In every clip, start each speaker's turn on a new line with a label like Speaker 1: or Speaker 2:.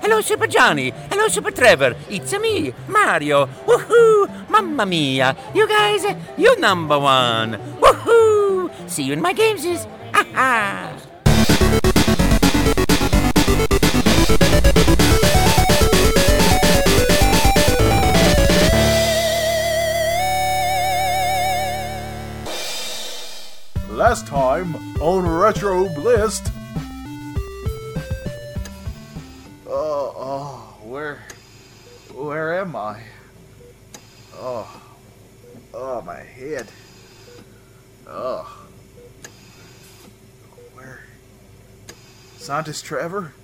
Speaker 1: Hello, Super Johnny. Hello, Super Trevor. It's me, Mario. Woohoo! Mamma mia! You guys, you number one. Woohoo! See you in my games. Ha ha!
Speaker 2: Last time on Retro Blist. Oh, oh, where, where am I? Oh, oh, my head. Oh, where? Santis Trevor?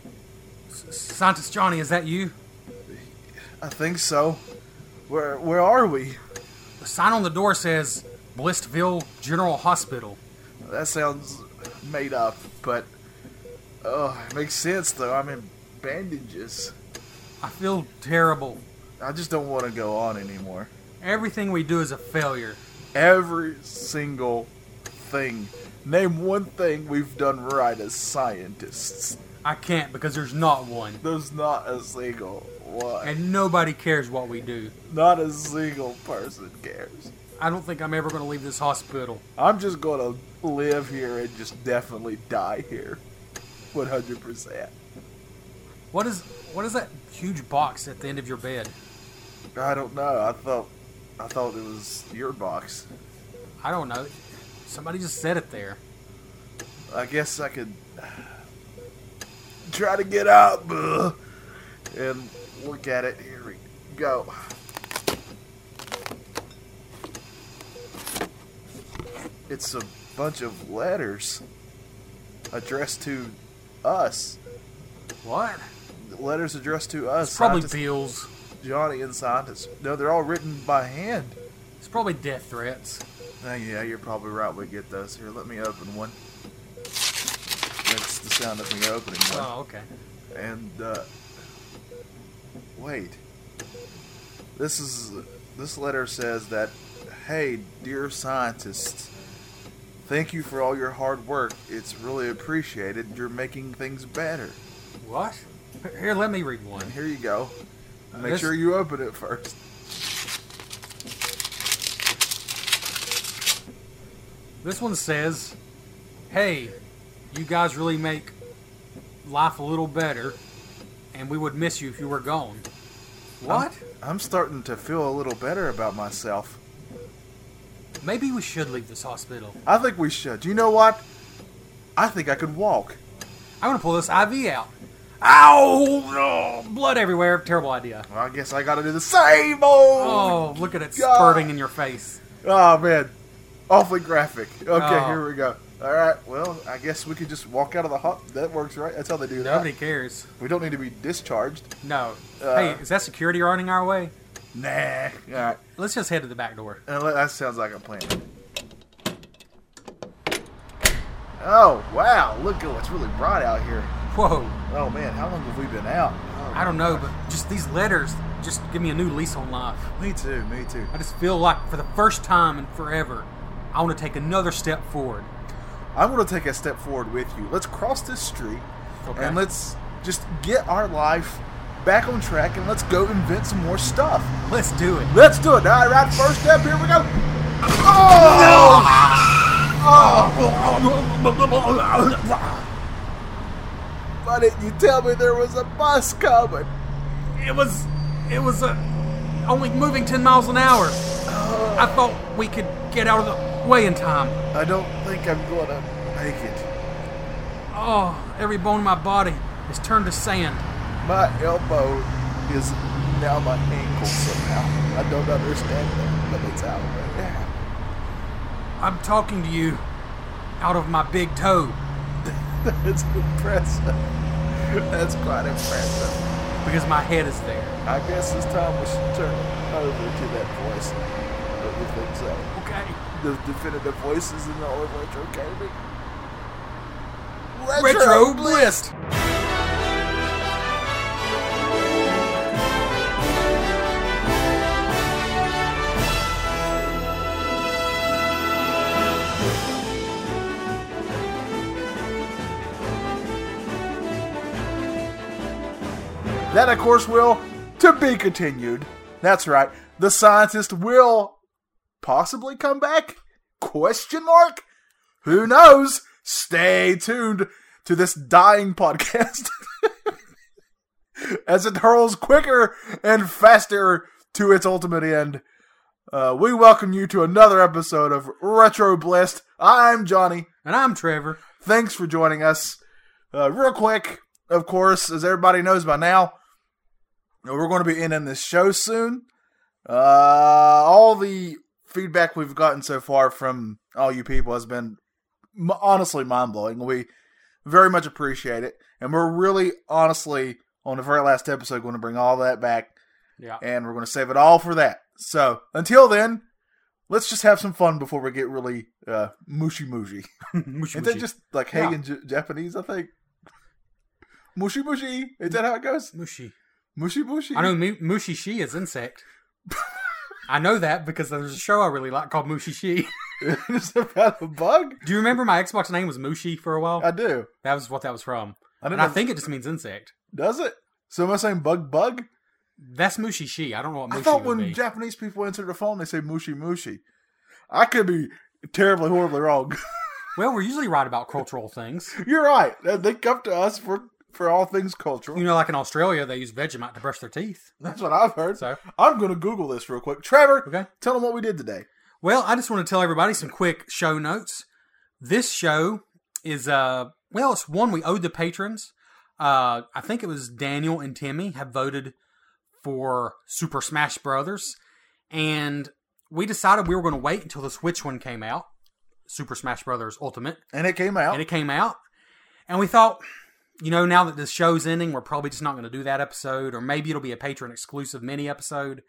Speaker 3: Santos Johnny, is that you?
Speaker 2: I think so. Where, where are we?
Speaker 3: The sign on the door says Blistville General Hospital.
Speaker 2: That sounds made up, but oh, it makes sense though. I'm in bandages.
Speaker 3: I feel terrible.
Speaker 2: I just don't want to go on anymore.
Speaker 3: Everything we do is a failure.
Speaker 2: Every single thing. Name one thing we've done right as scientists.
Speaker 3: I can't because there's not one.
Speaker 2: There's not a single one.
Speaker 3: And nobody cares what we do.
Speaker 2: Not a single person cares.
Speaker 3: I don't think I'm ever going to leave this hospital.
Speaker 2: I'm just gonna live here and just definitely die here. 100%.
Speaker 3: What is what is that huge box at the end of your bed?
Speaker 2: I don't know. I thought I thought it was your box.
Speaker 3: I don't know. Somebody just said it there.
Speaker 2: I guess I could try to get out buh, and look at it. Here we go. It's a bunch of letters addressed to us.
Speaker 3: What?
Speaker 2: Letters addressed to us.
Speaker 3: It's probably
Speaker 2: Scientist
Speaker 3: bills.
Speaker 2: Johnny and scientists. No, they're all written by hand.
Speaker 3: It's probably death threats.
Speaker 2: Uh, yeah, you're probably right. We get those here. Let me open one. That's the sound of me opening one.
Speaker 3: Oh, okay.
Speaker 2: And uh, wait, this is this letter says that, hey, dear scientists, thank you for all your hard work. It's really appreciated. You're making things better.
Speaker 3: What? Here, let me read one.
Speaker 2: Here you go. Make
Speaker 3: This-
Speaker 2: sure you open it first.
Speaker 3: This one says, Hey, you guys really make life a little better, and we would miss you if you were gone. Um, What?
Speaker 2: I'm starting to feel a little better about myself.
Speaker 3: Maybe we should leave this hospital.
Speaker 2: I think we should. You know what? I think I could walk.
Speaker 3: I'm gonna pull this IV out. Ow! Oh, blood everywhere. Terrible idea.
Speaker 2: Well, I guess I gotta do the same old. Oh,
Speaker 3: Oh, look at it
Speaker 2: God.
Speaker 3: spurting in your face.
Speaker 2: Oh, man, awfully graphic. Okay,
Speaker 3: Oh.
Speaker 2: here we go. All right, well, I guess we could just walk out of the hut. That works, right? That's how they do that.
Speaker 3: Nobody cares.
Speaker 2: We don't need to be discharged.
Speaker 3: No.
Speaker 2: Uh.
Speaker 3: hey, is that security running our way?
Speaker 2: Nah. All right,
Speaker 3: Let's just head to the back door.
Speaker 2: Uh, that that sounds like a plan. Oh wow! Look at what's really bright out here.
Speaker 3: Whoa.
Speaker 2: Oh man, how long have we been out? Oh,
Speaker 3: I don't know, but just these letters just give me a new lease on life.
Speaker 2: Me too. Me too.
Speaker 3: I just feel like for the first time in forever, I want to take another step forward.
Speaker 2: I'm going to take a step forward with you. Let's cross this street
Speaker 3: Okay.
Speaker 2: and let's just get our life back on track and let's go invent some more stuff.
Speaker 3: Let's do it.
Speaker 2: Let's do it. All right, first step. Here we go. Oh! oh. Why didn't you tell me there was a bus coming?
Speaker 3: It was, it was uh, only moving 10 miles an hour. I thought we could get out of the way in time.
Speaker 2: I don't think I'm going to make it.
Speaker 3: Oh, every bone in my body is turned to sand.
Speaker 2: My elbow is now my ankle somehow. I don't understand that, but it's out right now.
Speaker 3: I'm talking to you out of my big toe
Speaker 2: That's impressive. That's quite impressive.
Speaker 3: because my head is there.
Speaker 2: I guess this time we should turn over to that voice. Don't you think so?
Speaker 3: Okay.
Speaker 2: The definitive voices in all of retro gaming.
Speaker 3: Retro Blist!
Speaker 2: That, of course, will to be continued. That's right. The scientist will possibly come back? Question mark? Who knows? Stay tuned to this dying podcast as it hurls quicker and faster to its ultimate end. Uh, we welcome you to another episode of Retro Blessed. I'm Johnny.
Speaker 3: And I'm Trevor.
Speaker 2: Thanks for joining us. Uh, real quick, of course, as everybody knows by now, we're going to be ending this show soon. Uh, all the feedback we've gotten so far from all you people has been m- honestly mind blowing. We very much appreciate it, and we're really honestly on the very last episode going to bring all that back,
Speaker 3: Yeah.
Speaker 2: and we're going to save it all for that. So until then, let's just have some fun before we get really uh, mushy mushy.
Speaker 3: Mushy,
Speaker 2: Is that
Speaker 3: mushy.
Speaker 2: just like hey in J- Japanese? I think mushy mushy. Is that how it goes?
Speaker 3: mushy.
Speaker 2: Mushy mushy.
Speaker 3: I know mu- Mushi Shi is insect. I know that because there's a show I really like called Mushi Shi.
Speaker 2: it's about a bug.
Speaker 3: Do you remember my Xbox name was Mushi for a while?
Speaker 2: I do.
Speaker 3: that was what that was from.
Speaker 2: Uh, I don't
Speaker 3: And
Speaker 2: know.
Speaker 3: I think it just means insect.
Speaker 2: does it. So am I saying bug bug?
Speaker 3: That's Mushi Shi. I don't know what Mushi
Speaker 2: I thought
Speaker 3: would
Speaker 2: when
Speaker 3: be.
Speaker 2: Japanese people answer the phone, they say mushi mushi. I could be terribly horribly wrong.
Speaker 3: well, we're usually right about cultural things.
Speaker 2: You're right. They- They come to us for for all things
Speaker 3: You
Speaker 2: cultural.
Speaker 3: know, like in Australia, they use Vegemite to brush their teeth.
Speaker 2: That's what I've heard.
Speaker 3: So,
Speaker 2: I'm going to Google this real quick. Trevor,
Speaker 3: okay.
Speaker 2: tell them what we did today.
Speaker 3: Well, I just want to tell everybody some quick show notes. This show is uh well, it's one we owed the patrons. Uh I think it was Daniel and Timmy have voted for Super Smash Brothers and we decided we were going to wait until the Switch one came out, Super Smash Brothers Ultimate,
Speaker 2: And it came out.
Speaker 3: and it came out. And we thought, you know, now that this show's ending, we're probably just not going to do that episode, or maybe it'll be a patron exclusive mini episode.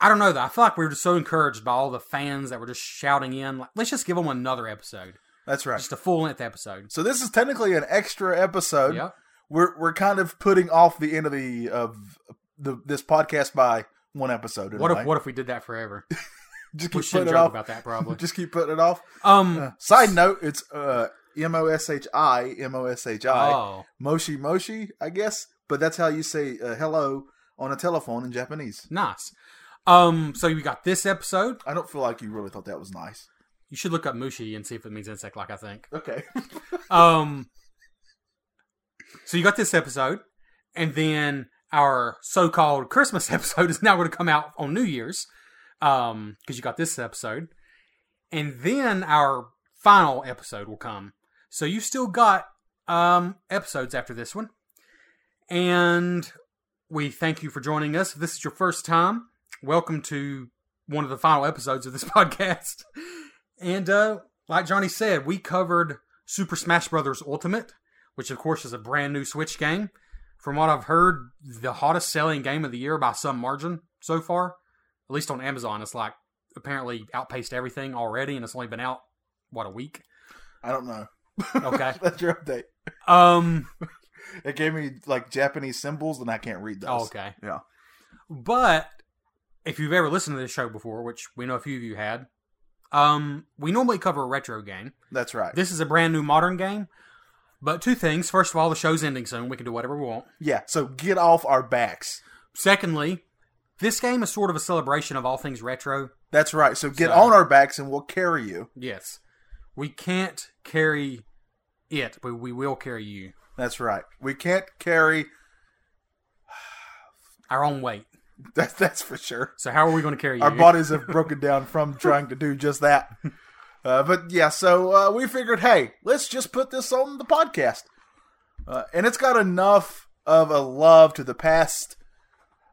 Speaker 3: I don't know though. I feel like we were just so encouraged by all the fans that were just shouting in. Like, let's just give them another episode,
Speaker 2: That's right.
Speaker 3: just a full length episode.
Speaker 2: So this is technically an extra episode.
Speaker 3: Yeah,
Speaker 2: We're we're kind of putting off the end of the of the this podcast by one episode. in a
Speaker 3: What
Speaker 2: way.
Speaker 3: if what if we did that forever?
Speaker 2: just
Speaker 3: We
Speaker 2: keep putting
Speaker 3: shouldn't
Speaker 2: it
Speaker 3: joke
Speaker 2: off.
Speaker 3: about that probably.
Speaker 2: Just keep putting it off. Uh,
Speaker 3: Um.
Speaker 2: side note, it's uh M O S H I M O S H I
Speaker 3: Oh,
Speaker 2: Moshi Moshi, I guess, but that's how you say uh, hello on a telephone in Japanese.
Speaker 3: nice. Um. So you got this episode.
Speaker 2: I don't feel like you really thought that was nice.
Speaker 3: You should look up Mushi and see if it means insect. Like I think.
Speaker 2: Okay.
Speaker 3: Um. So you got this episode, and then our so-called Christmas episode is now going to come out on New Year's, um, because you got this episode, and then our final episode will come. So you still got um episodes after this one, and we thank you for joining us. If this is your first time, welcome to one of the final episodes of this podcast. And uh, like Johnny said, we covered Super Smash Bros. Ultimate, which of course is a brand new Switch game. From what I've heard, the hottest selling game of the year by some margin so far, at least on Amazon. It's like apparently outpaced everything already, and it's only been out what a week.
Speaker 2: I don't know.
Speaker 3: Okay.
Speaker 2: that's your update.
Speaker 3: um.
Speaker 2: It gave me like Japanese symbols and I can't read those.
Speaker 3: Oh, okay.
Speaker 2: Yeah.
Speaker 3: But if you've ever listened to this show before, which we know a few of you had, um, we normally cover a retro game.
Speaker 2: That's right.
Speaker 3: This is a brand new modern game. But two things. First of all, the show's ending soon. We can do whatever we want.
Speaker 2: yeah, so get off our backs.
Speaker 3: Secondly, this game is sort of a celebration of all things retro.
Speaker 2: That's right. So get
Speaker 3: So-
Speaker 2: on our backs and we'll carry you.
Speaker 3: Yes. We can't carry it, but we will carry you.
Speaker 2: That's right. We can't carry
Speaker 3: Our own weight.
Speaker 2: that's that's for sure.
Speaker 3: So how are we going to carry you?
Speaker 2: our bodies have broken down from trying to do just that. Uh, but yeah, so uh, we figured, hey, let's just put this on the podcast, uh, and it's got enough of a love to the past.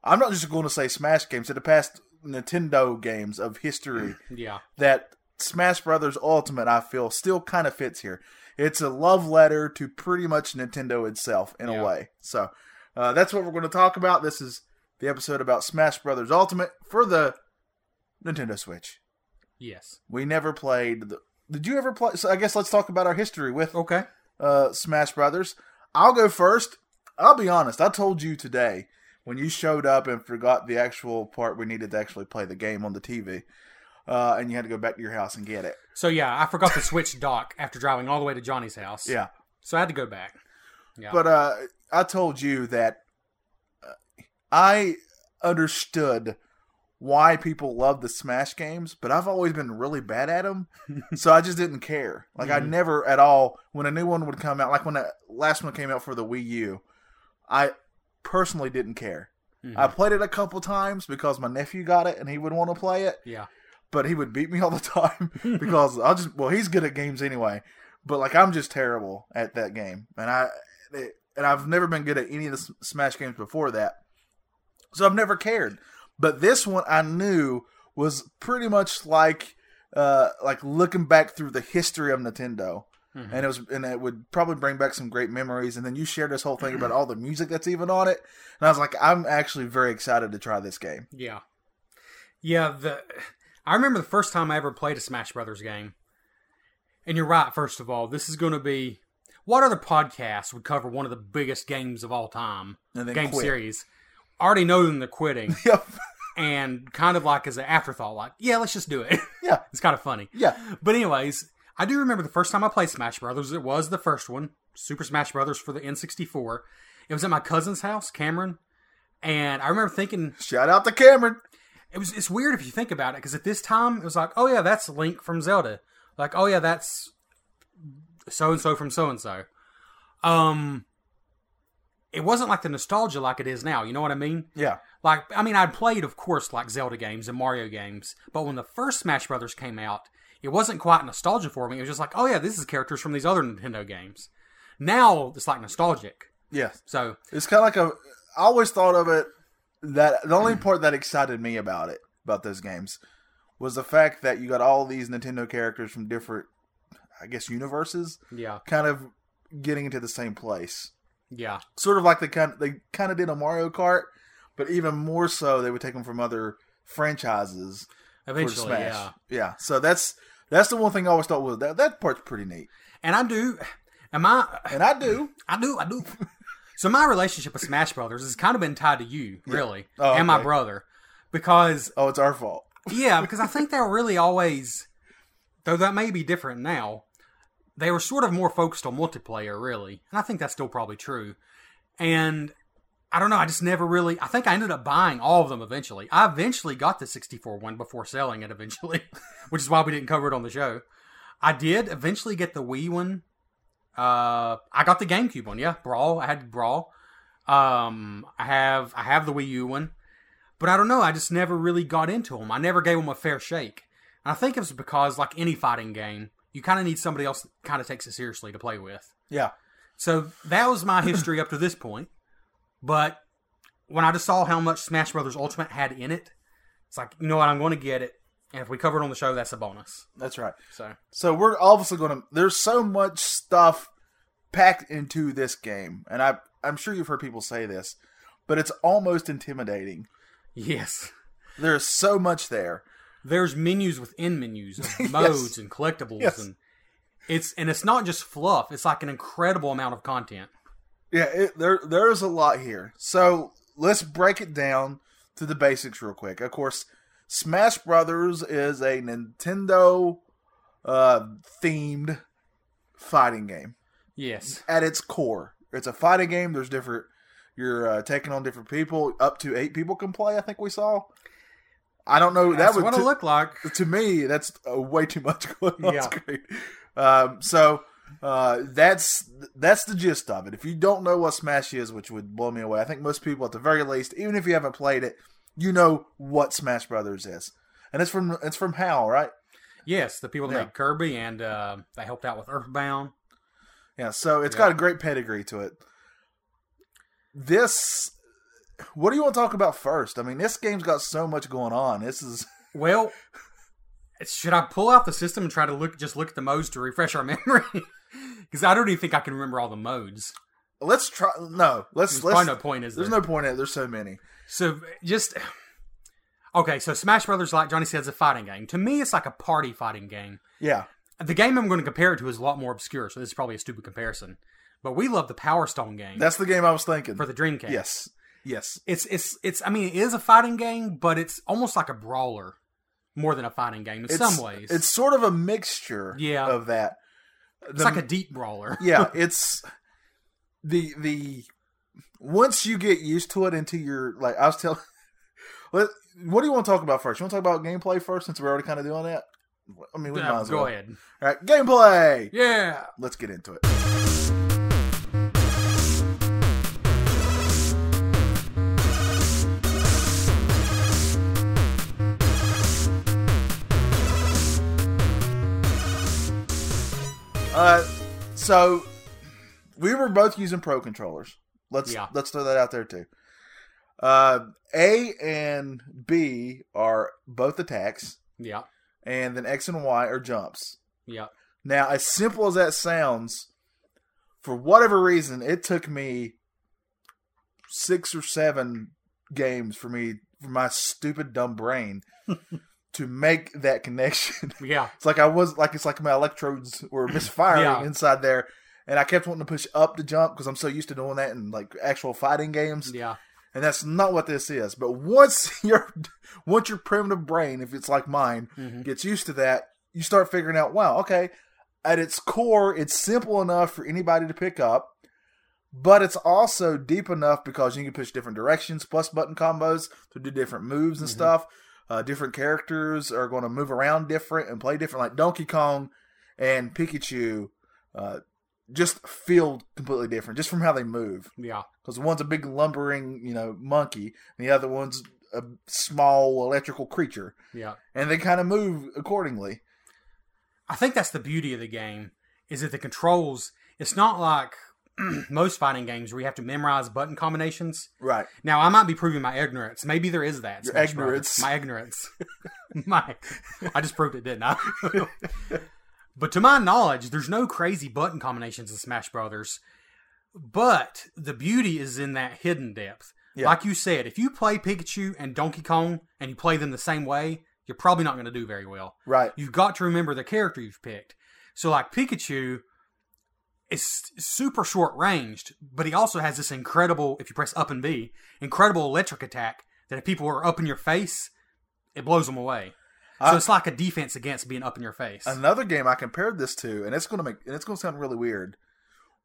Speaker 2: I'm not just going to say Smash games to the past Nintendo games of history
Speaker 3: Yeah.
Speaker 2: that Smash Brothers Ultimate, I feel, still kind of fits here. It's a love letter to pretty much Nintendo itself in
Speaker 3: Yeah.
Speaker 2: a way. So uh, that's what we're going to talk about. This is the episode about Smash Brothers Ultimate for the Nintendo Switch.
Speaker 3: Yes.
Speaker 2: We never played. The, did you ever play? So I guess let's talk about our history with
Speaker 3: Okay.
Speaker 2: uh, Smash Brothers. I'll go first. I'll be honest. I told you today when you showed up and forgot the actual part we needed to actually play the game on the TV, uh, and you had to go back to your house and get it.
Speaker 3: So yeah, I forgot to switch dock after driving all the way to Johnny's house.
Speaker 2: Yeah.
Speaker 3: So I had to go back. Yeah.
Speaker 2: But uh, I told you that I understood why people love the Smash games, but I've always been really bad at them, so I just didn't care. Like I
Speaker 3: Mhm.
Speaker 2: never at all when a new one would come out, like when the last one came out for the Wii U, I personally didn't care. I
Speaker 3: Mm-hmm.
Speaker 2: played it a couple times because my nephew got it and he would want to play it,
Speaker 3: yeah.
Speaker 2: but he would beat me all the time because I'll just well he's good at games anyway, but like I'm just terrible at that game, and I it, and I've never been good at any of the S- Smash games before that, so I've never cared. But this one I knew was pretty much like uh like looking back through the history of Nintendo.
Speaker 3: Mhm.
Speaker 2: And it was, and it would probably bring back some great memories. And then you shared this whole thing about all the music that's even on it, and I was like, I'm actually very excited to try this game.
Speaker 3: Yeah. Yeah, the I remember the first time I ever played a Smash Brothers game. And you're right, first of all, this is going to be what other podcast would cover one of the biggest games of all time?
Speaker 2: And then
Speaker 3: game
Speaker 2: quit.
Speaker 3: series. Already know them they're quitting
Speaker 2: Yep.
Speaker 3: and kind of like as an afterthought like, yeah, let's just do it.
Speaker 2: Yeah.
Speaker 3: it's kind of funny.
Speaker 2: Yeah.
Speaker 3: But anyways, I do remember the first time I played Smash Brothers. It was the first one, Super Smash Brothers for the N64. It was at my cousin's house, Cameron, and I remember thinking
Speaker 2: Shout out to Cameron.
Speaker 3: it was it's weird if you think about it because at this time it was like, oh yeah, that's Link from Zelda. Like, oh yeah, that's so and so from so and so. Um, it wasn't like the nostalgia like it is now. You know what I mean?
Speaker 2: Yeah.
Speaker 3: Like, I mean, I'd played, of course, like Zelda games and Mario games, but when the first Smash Brothers came out, it wasn't quite nostalgia for me. It was just like, oh yeah, this is characters from these other Nintendo games. Now it's like nostalgic.
Speaker 2: Yeah.
Speaker 3: So
Speaker 2: It's kind of like a. I always thought of it that the
Speaker 3: Mm.
Speaker 2: only part that excited me about it, about those games, was the fact that you got all these Nintendo characters from different, I guess, universes,
Speaker 3: yeah,
Speaker 2: kind of getting into the same place.
Speaker 3: yeah,
Speaker 2: Sort of like they kind they kind of did a Mario Kart, but even more so, they would take them from other franchises for
Speaker 3: eventually,
Speaker 2: Smash.
Speaker 3: yeah.
Speaker 2: yeah. So that's that's the one thing I always thought was that that part's pretty neat,
Speaker 3: And I do. Am I?
Speaker 2: and I do.
Speaker 3: I do, I do. so my relationship with Smash Brothers has kind of been tied to you, really,
Speaker 2: Oh,
Speaker 3: and my
Speaker 2: okay.
Speaker 3: brother, because
Speaker 2: Oh, it's our fault.
Speaker 3: yeah, because I think they were really always, though that may be different now. They were sort of more focused on multiplayer, really, and I think that's still probably true. And I don't know, I just never really. I think I ended up buying all of them eventually. I eventually got the 64 one before selling it eventually, which is why we didn't cover it on the show. I did eventually get the Wii one. Uh, I got the GameCube one, yeah, Brawl. I had Brawl. Um, I have I have the Wii U one but I don't know. I just never really got into them. I never gave them a fair shake. And I think it was because, like any fighting game, you kind of need somebody else that kind of takes it seriously to play with.
Speaker 2: Yeah.
Speaker 3: So that was my history up to this point. But when I just saw how much Smash Brothers Ultimate had in it, it's like, you know what? I'm going to get it. And if we cover it on the show, that's a bonus.
Speaker 2: That's right.
Speaker 3: So
Speaker 2: So we're obviously going to. There's so much stuff packed into this game, and I I'm sure you've heard people say this, but it's almost intimidating.
Speaker 3: yes,
Speaker 2: There's so much there.
Speaker 3: there's menus within menus, and modes and collectibles,
Speaker 2: Yes.
Speaker 3: and it's and it's not just fluff. It's like an incredible amount of content.
Speaker 2: Yeah, it, there there's a lot here. So let's break it down to the basics real quick. Of course, Smash Brothers is a Nintendo uh, themed fighting game.
Speaker 3: Yes.
Speaker 2: at its core. It's a fighting game. There's different. You're uh, taking on different people. Up to eight people can play. I think we saw. I don't know.
Speaker 3: That's
Speaker 2: that would
Speaker 3: what
Speaker 2: to,
Speaker 3: it looked like.
Speaker 2: to me. That's uh, way too much going on
Speaker 3: Yeah.
Speaker 2: screen. Um, so uh, that's that's the gist of it. If you don't know what Smash is, which would blow me away, I think most people, at the very least, even if you haven't played it, you know what Smash Brothers is, and it's from it's from HAL, right?
Speaker 3: Yes, the people that
Speaker 2: Yeah.
Speaker 3: made Kirby and uh, they helped out with Earthbound.
Speaker 2: Yeah, so it's
Speaker 3: Yeah.
Speaker 2: got a great pedigree to it. This, what do you want to talk about first? I mean, this game's got so much going on. This is
Speaker 3: Well, should I pull out the system and try to look just look at the modes to refresh our memory? Because I don't even think I can remember all the modes.
Speaker 2: let's try. No, let's
Speaker 3: There's
Speaker 2: let's.
Speaker 3: probably no point, is there?
Speaker 2: there's no point in it. There's so many.
Speaker 3: So just okay. So Smash Brothers, like Johnny said, is a fighting game. To me, it's like a party fighting game.
Speaker 2: Yeah,
Speaker 3: The game I'm going to compare it to is a lot more obscure, so this is probably a stupid comparison. But we love the Power Stone game
Speaker 2: that's the game I was thinking.
Speaker 3: Mm-hmm. for the Dreamcast.
Speaker 2: yes, yes,
Speaker 3: it's it's it's i mean it is a fighting game but it's almost like a brawler more than a fighting game in some ways
Speaker 2: it's sort of a mixture.
Speaker 3: Yeah.
Speaker 2: of that.
Speaker 3: It's like a deep brawler
Speaker 2: yeah, it's the the once you get used to it into your like I was telling what what do you want to talk about first? You want to talk about gameplay first since we're already kind of doing that? I mean, we might
Speaker 3: Uh,
Speaker 2: as
Speaker 3: go
Speaker 2: well.
Speaker 3: ahead.
Speaker 2: All right, gameplay.
Speaker 3: Yeah.
Speaker 2: Let's get into it. Uh, so we were both using pro controllers. Let's
Speaker 3: Yeah.
Speaker 2: let's throw that out there too. Uh, A and B are both attacks,
Speaker 3: Yeah.
Speaker 2: and then X and Y are jumps.
Speaker 3: Yeah.
Speaker 2: Now, as simple as that sounds, for whatever reason, it took me six or seven games for me for my stupid dumb brain to make that connection.
Speaker 3: Yeah.
Speaker 2: it's like I was like it's like my electrodes were misfiring
Speaker 3: Yeah.
Speaker 2: inside there. And I kept wanting to push up to jump because I'm so used to doing that in like actual fighting games,
Speaker 3: Yeah.
Speaker 2: and that's not what this is. But once your once your primitive brain, if it's like mine,
Speaker 3: Mhm.
Speaker 2: gets used to that, you start figuring out, wow, okay, at its core, it's simple enough for anybody to pick up, but it's also deep enough because you can push different directions, plus button combos to do different moves and
Speaker 3: Mhm.
Speaker 2: stuff. Uh, different characters are going to move around different and play different, like Donkey Kong and Pikachu. Uh, just feel completely different just from how they move
Speaker 3: Yeah.
Speaker 2: because one's a big lumbering you know monkey and the other one's a small electrical creature
Speaker 3: Yeah.
Speaker 2: and they kind of move accordingly.
Speaker 3: I think that's the beauty of the game is that the controls. It's not like most fighting games where you have to memorize button combinations.
Speaker 2: Right.
Speaker 3: Now I might be proving my ignorance. Maybe there is that.
Speaker 2: Your
Speaker 3: Smash Brothers.
Speaker 2: ignorance.
Speaker 3: My ignorance. my, I just proved it, didn't I? but to my knowledge, there's no crazy button combinations in Smash Brothers. But the beauty is in that hidden depth.
Speaker 2: Yeah.
Speaker 3: Like you said, if you play Pikachu and Donkey Kong and you play them the same way, you're probably not going to do very well
Speaker 2: Right.
Speaker 3: you've got to remember the character you've picked. So like Pikachu is super short ranged, but he also has this incredible if you press up and B, incredible electric attack that if people are up in your face, it blows them away. So
Speaker 2: I-
Speaker 3: it's like a defense against being up in your face.
Speaker 2: Another game I compared this to, and it's gonna make and it's gonna sound really weird,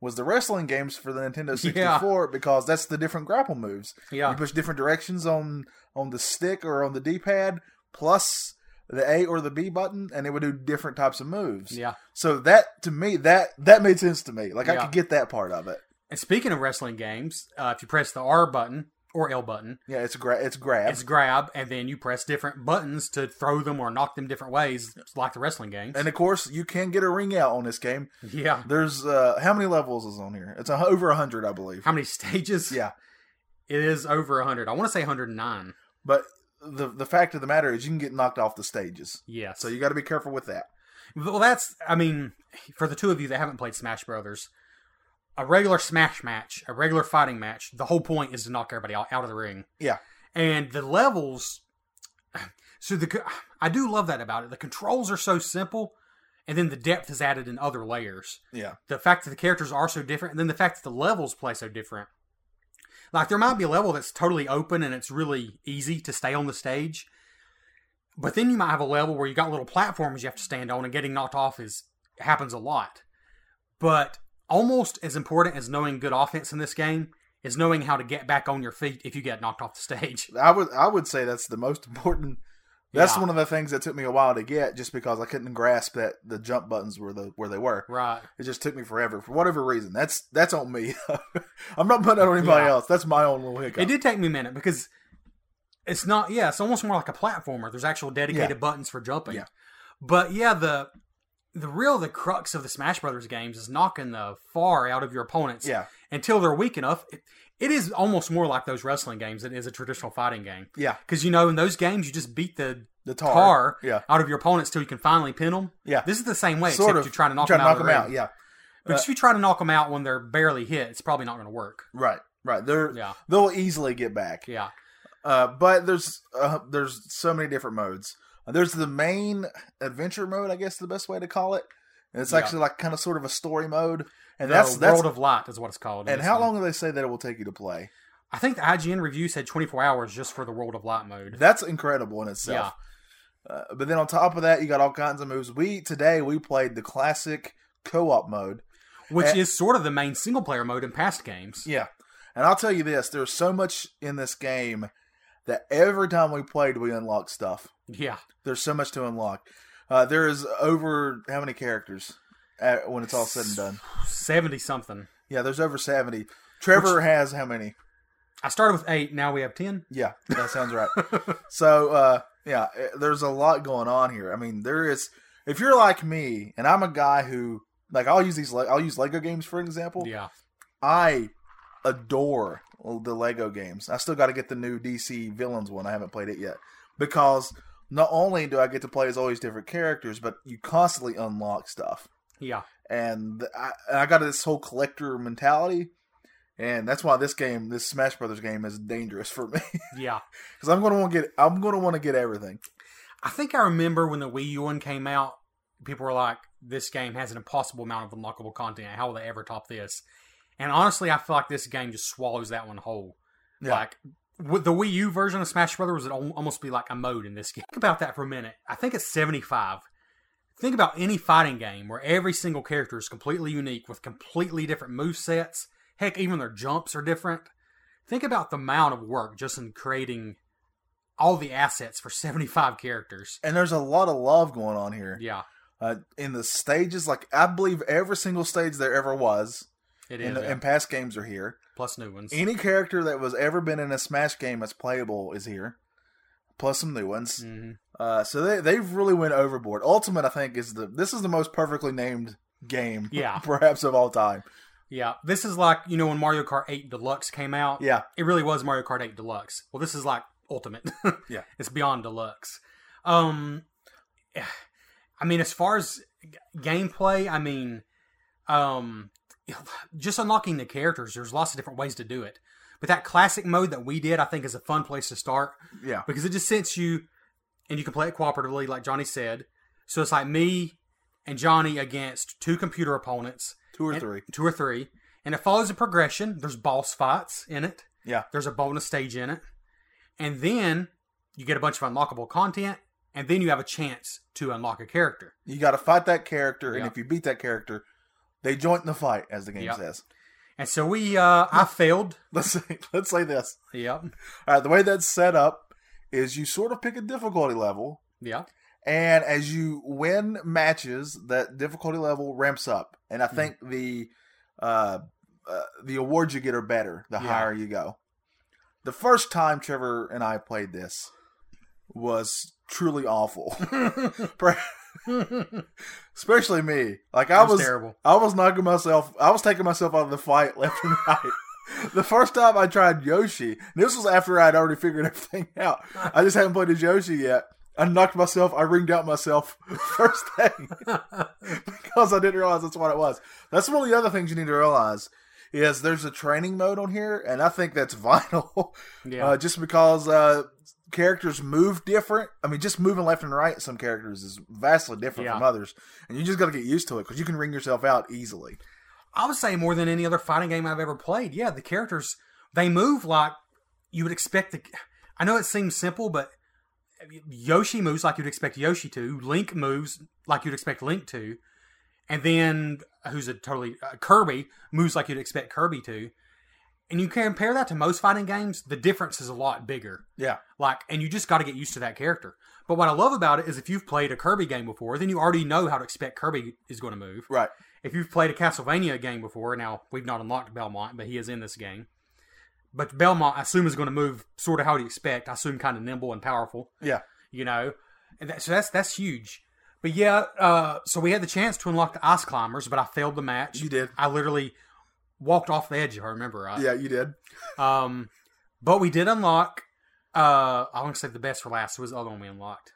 Speaker 2: was the wrestling games for the Nintendo
Speaker 3: Yeah.
Speaker 2: 64 because that's the different grapple moves. You
Speaker 3: yeah.
Speaker 2: push different directions on on the stick or on the D-pad plus the A or the B button, and it would do different types of moves.
Speaker 3: Yeah.
Speaker 2: So that to me that that made sense to me. Like I
Speaker 3: Yeah.
Speaker 2: could get that part of it.
Speaker 3: And speaking of wrestling games, uh, if you press the R button or L button,
Speaker 2: Yeah, it's gra- it's grab.
Speaker 3: it's grab, and then you press different buttons to throw them or knock them different ways, like the wrestling games.
Speaker 2: and of course, you can get a ring out on this game.
Speaker 3: yeah.
Speaker 2: There's uh how many levels is on here? It's a, over 100, I believe.
Speaker 3: How many stages?
Speaker 2: Yeah.
Speaker 3: It is over 100. I want to say 109.
Speaker 2: But the the fact of the matter is, you can get knocked off the stages,
Speaker 3: Yes.
Speaker 2: so you got to be careful with that.
Speaker 3: well, that's, I mean, for the two of you that haven't played Smash Brothers, a regular Smash match, a regular fighting match, the whole point is to knock everybody out, out of the ring.
Speaker 2: Yeah.
Speaker 3: And the levels, so the, co- I do love that about it. The controls are so simple, and then the depth is added in other layers.
Speaker 2: Yeah,
Speaker 3: the fact that the characters are so different and then the fact that the levels play so different like there might be a level that's totally open and it's really easy to stay on the stage but then you might have a level where you got little platforms you have to stand on and getting knocked off is happens a lot but almost as important as knowing good offense in this game is knowing how to get back on your feet if you get knocked off the stage
Speaker 2: I would I would say that's the most important. That's
Speaker 3: Yeah.
Speaker 2: one of the things that took me a while to get, just because I couldn't grasp that the jump buttons were the where they were.
Speaker 3: right
Speaker 2: It just took me forever for whatever reason. That's that's on me. I'm not putting that on anybody
Speaker 3: Yeah.
Speaker 2: else. That's my own little hiccup.
Speaker 3: It did take me a minute because it's not. Yeah, it's almost more like a platformer. There's actual dedicated buttons for jumping.
Speaker 2: Yeah.
Speaker 3: But yeah, the the real the crux of the Smash Brothers games is knocking the far out of your opponents
Speaker 2: Yeah,
Speaker 3: until they're weak enough. It, it is almost more like those wrestling games than it is a traditional fighting game
Speaker 2: yeah.
Speaker 3: because you know in those games you just beat the
Speaker 2: The tar.
Speaker 3: tar,
Speaker 2: Yeah,
Speaker 3: out of your opponents till you can finally pin them.
Speaker 2: yeah.
Speaker 3: This is the same way,
Speaker 2: sort
Speaker 3: except
Speaker 2: of
Speaker 3: you're trying to knock
Speaker 2: trying
Speaker 3: them
Speaker 2: to
Speaker 3: out.
Speaker 2: knock
Speaker 3: of
Speaker 2: them
Speaker 3: the
Speaker 2: out.
Speaker 3: ring.
Speaker 2: Yeah,
Speaker 3: But if you try to knock them out when they're barely hit, it's probably not going to work.
Speaker 2: right, right. They're
Speaker 3: Yeah,
Speaker 2: they'll easily get back.
Speaker 3: yeah,
Speaker 2: Uh, but there's uh, there's so many different modes. Uh, There's the main adventure mode, I guess is the best way to call it. And it's
Speaker 3: Yeah.
Speaker 2: actually like kind of sort of a story mode. And
Speaker 3: the
Speaker 2: that's that's
Speaker 3: World of Light is what it's called. in
Speaker 2: and
Speaker 3: this
Speaker 2: how
Speaker 3: one.
Speaker 2: long do they say that it will take you to play?
Speaker 3: I think the IGN review said 24 hours just for the World of Light mode.
Speaker 2: That's incredible in itself. Uh, but then on top of that, you got all kinds of moves. We today we played the classic co-op mode.
Speaker 3: which
Speaker 2: And-
Speaker 3: is sort of the main single player mode in past games.
Speaker 2: eh. Yeah. And I'll tell you this: there's so much in this game that every time we played, we unlocked stuff.
Speaker 3: Yeah.
Speaker 2: There's so much to unlock. Uh, there is over how many characters at, when it's all said and done?
Speaker 3: 70 something.
Speaker 2: Yeah, there's over seventy. Trevor has how many?
Speaker 3: I started with eight. Now we have 10.
Speaker 2: Yeah, that sounds right. so uh, yeah, eh, there's a lot going on here. I mean, there is. If you're like me, and I'm a guy who like I'll use these Le- I'll use Lego games for an example.
Speaker 3: Yeah.
Speaker 2: I adore the Lego games. I still got to get the new DC Villains one. I haven't played it yet because not only do I get to play as all these different characters, but you constantly unlock stuff.
Speaker 3: Yeah.
Speaker 2: And I, and I got this whole collector mentality, and that's why this game, this Smash Brothers game, is dangerous for me
Speaker 3: Yeah.
Speaker 2: because I'm gonna want to get I'm gonna want to get everything.
Speaker 3: I think I remember when the Wii U one came out, people were like, this game has an impossible amount of unlockable content. How will they ever top this? And honestly, I feel like this game just swallows that one whole.
Speaker 2: Yeah.
Speaker 3: Like, with the Wii U version of Smash Brothers would al- almost be like a mode in this game. Think about that for a minute. I think it's 75. Think about any fighting game where every single character is completely unique with completely different move sets. Heck, even their jumps are different. Think about the amount of work just in creating all the assets for 75 characters.
Speaker 2: And there's a lot of love going on here
Speaker 3: Yeah,
Speaker 2: uh, in the stages. Like I believe every single stage there ever was,
Speaker 3: it is.
Speaker 2: and,
Speaker 3: yeah.
Speaker 2: and past games are here.
Speaker 3: Plus new ones.
Speaker 2: Any character that was ever been in a Smash game that's playable is here, plus some new ones.
Speaker 3: hmm
Speaker 2: Uh, so they they've really went overboard. Ultimate, I think, is the this is the most perfectly named game,
Speaker 3: Yeah.
Speaker 2: perhaps of all time.
Speaker 3: Yeah, this is like, you know, when Mario Kart 8 Deluxe came out,
Speaker 2: Yeah,
Speaker 3: it really was Mario Kart 8 Deluxe. Well, this is like ultimate.
Speaker 2: Yeah.
Speaker 3: It's beyond deluxe. Um I mean, as far as g- gameplay, I mean, um just unlocking the characters, there's lots of different ways to do it. But that classic mode that we did, I think is a fun place to start
Speaker 2: yeah,
Speaker 3: because it just sends you and you can play it cooperatively like Johnny said. So it's like me and Johnny against two computer opponents
Speaker 2: two or
Speaker 3: and-
Speaker 2: three.
Speaker 3: Two or three. And it follows a progression. There's boss fights in it.
Speaker 2: Yeah.
Speaker 3: There's a bonus stage in it. And then you get a bunch of unlockable content. And then you have a chance to unlock a character.
Speaker 2: You got to fight that character,
Speaker 3: Yeah.
Speaker 2: and if you beat that character, they join the fight, as the game
Speaker 3: Yeah.
Speaker 2: says.
Speaker 3: And so we, uh, I
Speaker 2: Hmm.
Speaker 3: failed.
Speaker 2: Let's say, let's say this.
Speaker 3: Yep.
Speaker 2: All right, the way that's set up is you sort of pick a difficulty level,
Speaker 3: Yeah.
Speaker 2: and as you win matches, that difficulty level ramps up. And
Speaker 3: Hmm.
Speaker 2: I think the uh, uh, the awards you get are better the
Speaker 3: Yeah.
Speaker 2: higher you go. The first time Trevor and I played this was truly awful, Per- especially me. Like I
Speaker 3: That was
Speaker 2: was,
Speaker 3: terrible.
Speaker 2: I was knocking myself. I was taking myself out of the fight left and right. The first time I tried Yoshi, and this was after I'd already figured everything out. I just hadn't played as Yoshi yet. I knocked myself. I ringed out myself first thing because I didn't realize that's what it was. That's one of the other things you need to realize is there's a training mode on here, and I think that's vital.
Speaker 3: Yeah.
Speaker 2: Uh, just because uh, characters move different. I mean, just moving left and right, some characters is vastly different
Speaker 3: Yeah.
Speaker 2: from others, and you just got to get used to it because you can ring yourself out easily.
Speaker 3: I would say more than any other fighting game I've ever played. Yeah, the characters they move like you would expect. The I know it seems simple, but Yoshi moves like you'd expect Yoshi to. Link moves like you'd expect Link to, and then who's a totally uh, Kirby moves like you'd expect Kirby to. And you compare that to most fighting games, the difference is a lot bigger.
Speaker 2: Yeah,
Speaker 3: Like, and you just got to get used to that character. But what I love about it is if you've played a Kirby game before, then you already know how to expect Kirby is going to move
Speaker 2: right.
Speaker 3: if you've played a Castlevania game before, now we've not unlocked Belmont, but he is in this game. But Belmont, I assume, is going to move sort of how you expect. I assume kind of nimble and powerful,
Speaker 2: Yeah,
Speaker 3: you know. And that, so that's that's huge. But yeah, uh, so we had the chance to unlock the ice climbers, but I failed the match.
Speaker 2: You did.
Speaker 3: I literally walked off the edge, if I remember right.
Speaker 2: yeah, you did.
Speaker 3: Um, but we did unlock. Uh, I want to save the best for last. Who was the other one we unlocked?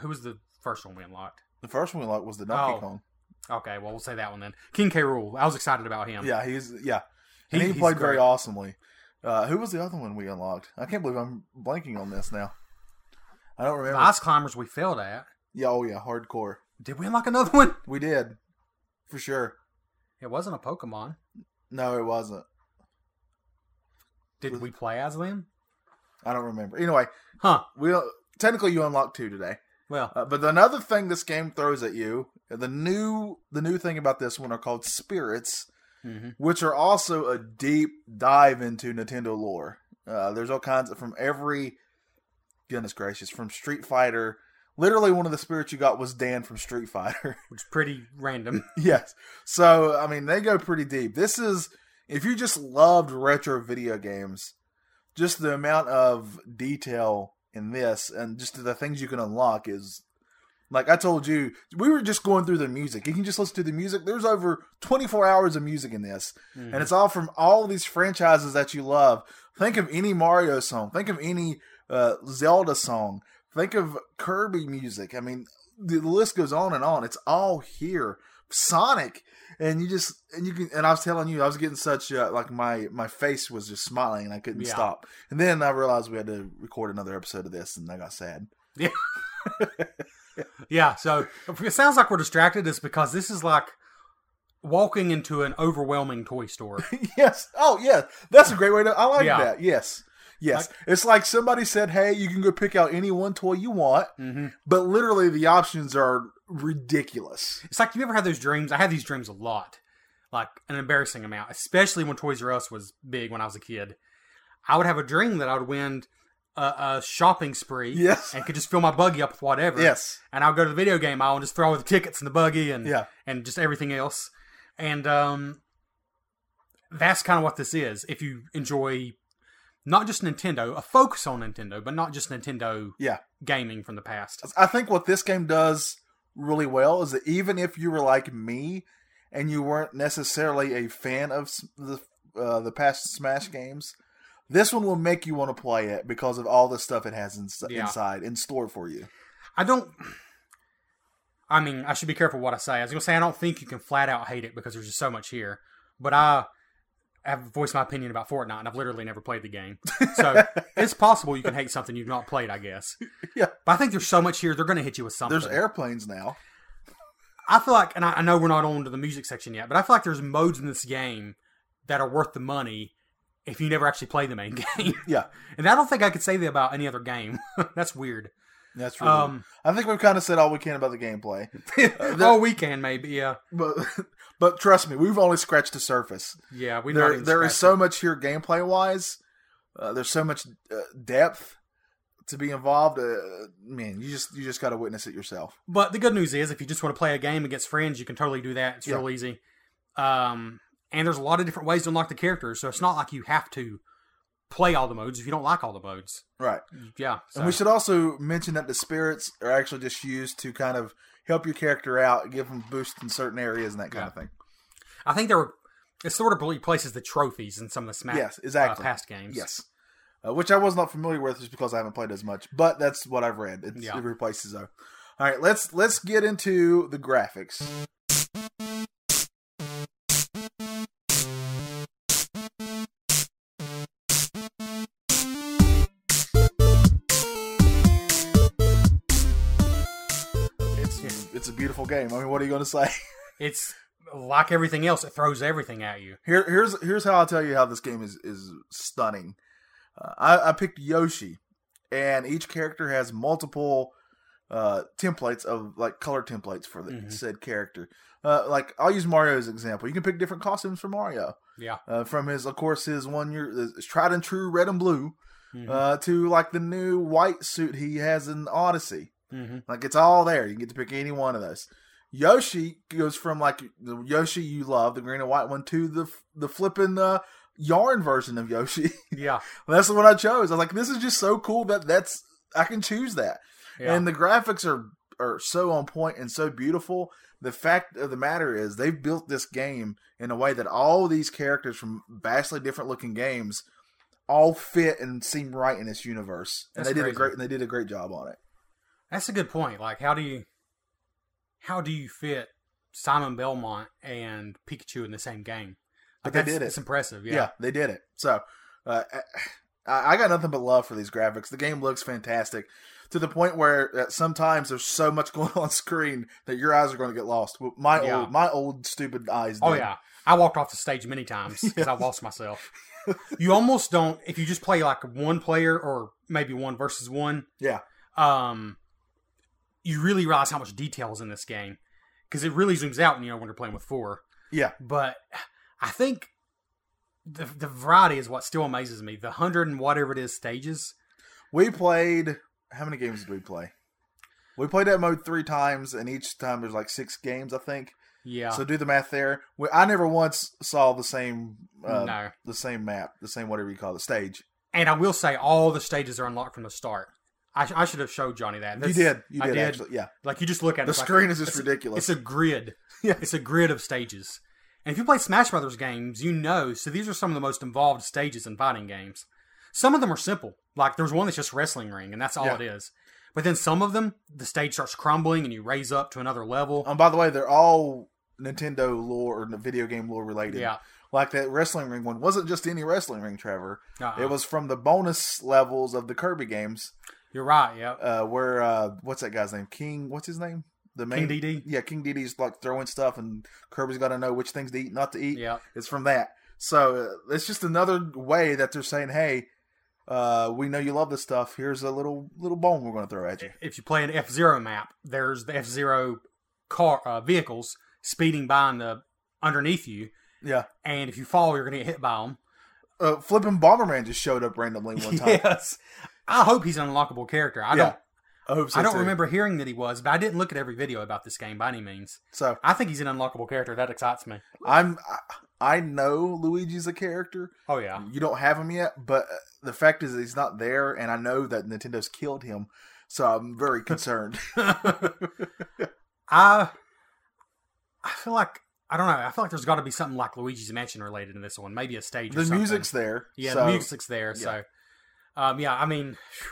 Speaker 3: Who was the first one we unlocked?
Speaker 2: The first one we locked was the Donkey
Speaker 3: Oh.
Speaker 2: Kong.
Speaker 3: Okay, well we'll say that one then. King K. Rule. I was excited about him.
Speaker 2: Yeah, he's yeah,
Speaker 3: He-
Speaker 2: and he
Speaker 3: he's
Speaker 2: played very
Speaker 3: great.
Speaker 2: awesomely. Uh, who was the other one we unlocked? I can't believe I'm blanking on this now. I don't
Speaker 3: The
Speaker 2: remember.
Speaker 3: ice climbers we failed at.
Speaker 2: Yeah, oh yeah, hardcore.
Speaker 3: Did we unlock another one?
Speaker 2: We did, for sure.
Speaker 3: It wasn't a Pokemon.
Speaker 2: No, it wasn't.
Speaker 3: Did we play as them?
Speaker 2: I don't remember. Anyway,
Speaker 3: Huh.
Speaker 2: we technically you unlocked two today.
Speaker 3: Well,
Speaker 2: Uh, but another thing this game throws at you, the new the new thing about this one are called spirits,
Speaker 3: Mm-hmm.
Speaker 2: which are also a deep dive into Nintendo lore. Uh, there's all kinds of from every goodness gracious from Street Fighter. Literally, one of the spirits you got was Dan from Street Fighter.
Speaker 3: Which is pretty random.
Speaker 2: yes, so I mean they go pretty deep. This is if you just loved retro video games, just the amount of detail in this and just the things you can unlock is like I told you, we were just going through the music. You can just listen to the music. There's over 24 hours of music in this and it's all from all these franchises that you love. Think of any Mario song, think of any uh, Zelda song, think of Kirby music. I mean, the list goes on and on. It's all here. Sonic, and you just and you can and I was telling you, I was getting such uh, like my my face was just smiling and I couldn't
Speaker 3: Yeah.
Speaker 2: stop. And then I realized we had to record another episode of this, and I got sad.
Speaker 3: Yeah, so if it sounds like we're distracted. It's because this is like walking into an overwhelming toy store.
Speaker 2: yes. Oh yeah, that's a great way to. I like
Speaker 3: Yeah.
Speaker 2: that. Yes. Yes. it's like somebody said, "Hey, you can go pick out any one toy you want."
Speaker 3: mm-hmm.
Speaker 2: but literally the options are ridiculous.
Speaker 3: It's like you ever had those dreams? I had these dreams a lot, like an embarrassing amount, especially when Toys R Us was big when I was a kid. I would have a dream that I would win a, a shopping spree
Speaker 2: Yes.
Speaker 3: and could just fill my buggy up with whatever.
Speaker 2: Yes.
Speaker 3: And I would go to the video game aisle and just throw all the tickets in the buggy and
Speaker 2: Yeah.
Speaker 3: and just everything else. And um, that's kind of what this is. If you enjoy not just Nintendo, a focus on Nintendo, but not just Nintendo
Speaker 2: Yeah.
Speaker 3: gaming from the past.
Speaker 2: I think what this game does really well is that even if you were like me and you weren't necessarily a fan of s- the uh, the past Smash games, this one will make you want to play it because of all the stuff it has ins-
Speaker 3: Yeah.
Speaker 2: inside in store for you.
Speaker 3: I don't. I mean, I should be careful what I say. I was gonna say I don't think you can flat out hate it because there's just so much here. But I have voiced my opinion about Fortnite, and I've literally never played the game, so it's possible you can hate something you've not played. I guess.
Speaker 2: Yeah.
Speaker 3: But I think there's so much here; they're gonna hit you with something.
Speaker 2: There's airplanes now.
Speaker 3: I feel like, and I, I know we're not on to the music section yet, but I feel like there's modes in this game that are worth the money if you never actually play the main game.
Speaker 2: Yeah,
Speaker 3: and I don't think I could say that about any other game. That's weird.
Speaker 2: that's really.
Speaker 3: Um,
Speaker 2: I think we've kind of said all we can about the gameplay,
Speaker 3: oh, we can maybe. Yeah,
Speaker 2: but but trust me, we've only scratched the surface.
Speaker 3: yeah. We
Speaker 2: there there is so much here gameplay wise. Uh, there's so much uh, depth to be involved. Uh, man, you just you just got to witness it yourself.
Speaker 3: But the good news is, if you just want to play a game against friends, you can totally do that. It's
Speaker 2: Yeah.
Speaker 3: real easy. Um, and there's a lot of different ways to unlock the characters, so it's not like you have to play all the modes if you don't like all the modes.
Speaker 2: Right.
Speaker 3: Yeah. So.
Speaker 2: And we should also mention that the spirits are actually just used to kind of help your character out, give them boosts in certain areas and that kind of thing.
Speaker 3: I think there were. It sort of replaces the trophies in some of the Smash
Speaker 2: Yes, exactly.
Speaker 3: uh, past games.
Speaker 2: Yes. Uh, which I was not familiar with just because I haven't played as much, but that's what I've read. It's,
Speaker 3: Yeah.
Speaker 2: It replaces though. All right, let's let's get into the graphics. It's it's a beautiful game. I mean, what are you going to say?
Speaker 3: It's like everything else; it throws everything at you.
Speaker 2: Here, here's here's how I'll tell you how this game is is stunning. Uh, I, I picked Yoshi, and each character has multiple uh, templates of like color templates for the
Speaker 3: Mhm.
Speaker 2: said character. Uh, like I'll use Mario as an example. You can pick different costumes for Mario,
Speaker 3: Yeah.
Speaker 2: uh, from his of course his one year his tried and true red and blue
Speaker 3: Mhm.
Speaker 2: uh, to like the new white suit he has in Odyssey.
Speaker 3: Mhm.
Speaker 2: Like it's all there. You get to pick any one of those. Yoshi goes from like the Yoshi you love, the green and white one, to the the flipping uh, yarn version of Yoshi.
Speaker 3: Yeah.
Speaker 2: that's the one I chose. I was like, this is just so cool that that's I can choose that.
Speaker 3: Yeah.
Speaker 2: And the graphics are are so on point and so beautiful. The fact of the matter is, they've built this game in a way that all these characters from vastly different looking games all fit and seem right in this universe. And
Speaker 3: That's
Speaker 2: they did
Speaker 3: crazy.
Speaker 2: a great and they did a great job on it.
Speaker 3: That's a good point. Like, how do you, how do you fit Simon Belmont and Pikachu in the same game?
Speaker 2: But
Speaker 3: Like,
Speaker 2: they
Speaker 3: that's,
Speaker 2: did it.
Speaker 3: It's impressive.
Speaker 2: yeah.
Speaker 3: Yeah.
Speaker 2: they did it. So uh, I, I got nothing but love for these graphics. The game looks fantastic to the point where uh, sometimes there's so much going on screen that your eyes are going to get lost. Well, My
Speaker 3: Yeah.
Speaker 2: old, my old stupid eyes.
Speaker 3: Oh
Speaker 2: did.
Speaker 3: yeah. I walked off the stage many times because I lost myself. you almost don't if you just play like one player or maybe one versus one.
Speaker 2: yeah,
Speaker 3: Um, you really realize how much detail is in this game because it really zooms out. when You know when you're playing with four.
Speaker 2: yeah.
Speaker 3: but I think the the variety is what still amazes me. The hundred and whatever it is stages.
Speaker 2: We played. How many games did we play? We played that mode three times, and each time there's like six games, I think.
Speaker 3: Yeah.
Speaker 2: So do the math there. We, I never once saw the same uh,
Speaker 3: no.
Speaker 2: the same map, the same whatever you call the stage.
Speaker 3: And I will say all the stages are unlocked from the start. I, sh- I should have showed Johnny that.
Speaker 2: you
Speaker 3: That's-
Speaker 2: did, you
Speaker 3: I
Speaker 2: did,
Speaker 3: did.
Speaker 2: actually, yeah.
Speaker 3: Like you just look at it,
Speaker 2: The
Speaker 3: it's like-
Speaker 2: screen is just
Speaker 3: it's-
Speaker 2: ridiculous.
Speaker 3: It's a grid.
Speaker 2: Yeah.
Speaker 3: It's a grid of stages. And if you play Smash Brothers games, you know, so these are some of the most involved stages in fighting games. Some of them are simple. Like there's one that's just wrestling ring and that's all
Speaker 2: Yeah.
Speaker 3: it is. But then some of them, the stage starts crumbling and you raise up to another level.
Speaker 2: Um, by the way, they're all Nintendo lore or video game lore related.
Speaker 3: yeah.
Speaker 2: Like that wrestling ring one wasn't just any wrestling ring, Trevor.
Speaker 3: Uh-uh.
Speaker 2: It was from the bonus levels of the Kirby games,
Speaker 3: You're right, yeah.
Speaker 2: uh, where uh, what's that guy's name? King. What's his name? The main.
Speaker 3: King DD.
Speaker 2: Yeah, King Diddy's like throwing stuff, and Kirby's got to know which things to eat, not to eat.
Speaker 3: Yeah.
Speaker 2: It's from that. So uh, it's just another way that they're saying, "Hey, uh, we know you love this stuff. Here's a little little bone we're going to throw at you."
Speaker 3: if you play an F Zero map, there's the F Zero car uh, vehicles speeding by in the underneath you,
Speaker 2: Yeah.
Speaker 3: and if you fall, you're gonna get hit by them.
Speaker 2: Uh, flipping Bomberman just showed up randomly one time.
Speaker 3: Yes, I hope he's an unlockable character.
Speaker 2: Yeah,
Speaker 3: I don't,
Speaker 2: I hope so
Speaker 3: I don't
Speaker 2: too.
Speaker 3: remember hearing that he was, but I didn't look at every video about this game by any means.
Speaker 2: So
Speaker 3: I think he's an unlockable character. That excites me.
Speaker 2: I'm. I, I know Luigi's a character.
Speaker 3: Oh yeah,
Speaker 2: You don't have him yet, but uh, the fact is he's not there, and I know that Nintendo's killed him. So I'm very concerned.
Speaker 3: I, I feel like I don't know. I feel like there's got to be something like Luigi's Mansion related in this one. Maybe a stage. or
Speaker 2: the
Speaker 3: something.
Speaker 2: music's there.
Speaker 3: Yeah,
Speaker 2: so
Speaker 3: the music's there. So, um, yeah, I mean, phew,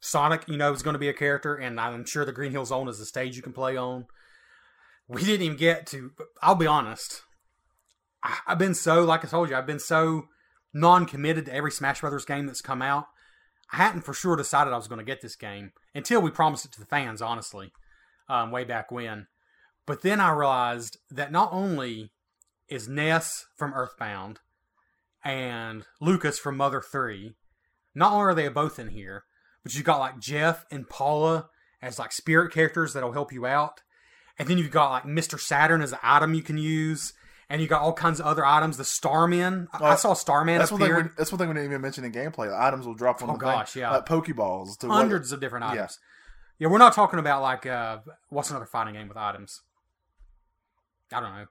Speaker 3: Sonic, you know, is going to be a character, and I'm sure the Green Hill Zone is a stage you can play on. We didn't even get to. I'll be honest. I, I've been so, like I told you, I've been so non-committed to every Smash Brothers game that's come out. I hadn't for sure decided I was going to get this game until we promised it to the fans, honestly, um, way back when. But then I realized that not only is Ness from Earthbound and Lucas from Mother 3, not only are they both in here, but you've got like Jeff and Paula as like spirit characters that'll help you out. And then you've got like Mr. Saturn as an item you can use. And you got all kinds of other items. The Starman. I, I
Speaker 2: Oh,
Speaker 3: saw Starman
Speaker 2: That's one, thing we,
Speaker 3: appeared.
Speaker 2: that's one thing we didn't even mention in gameplay. The items will drop from
Speaker 3: Oh,
Speaker 2: the
Speaker 3: gosh,
Speaker 2: thing,
Speaker 3: yeah.
Speaker 2: like Pokeballs. To what-
Speaker 3: hundreds of different
Speaker 2: yeah.
Speaker 3: items. Yeah. we're not talking about like uh what's another fighting game with items. I don't know.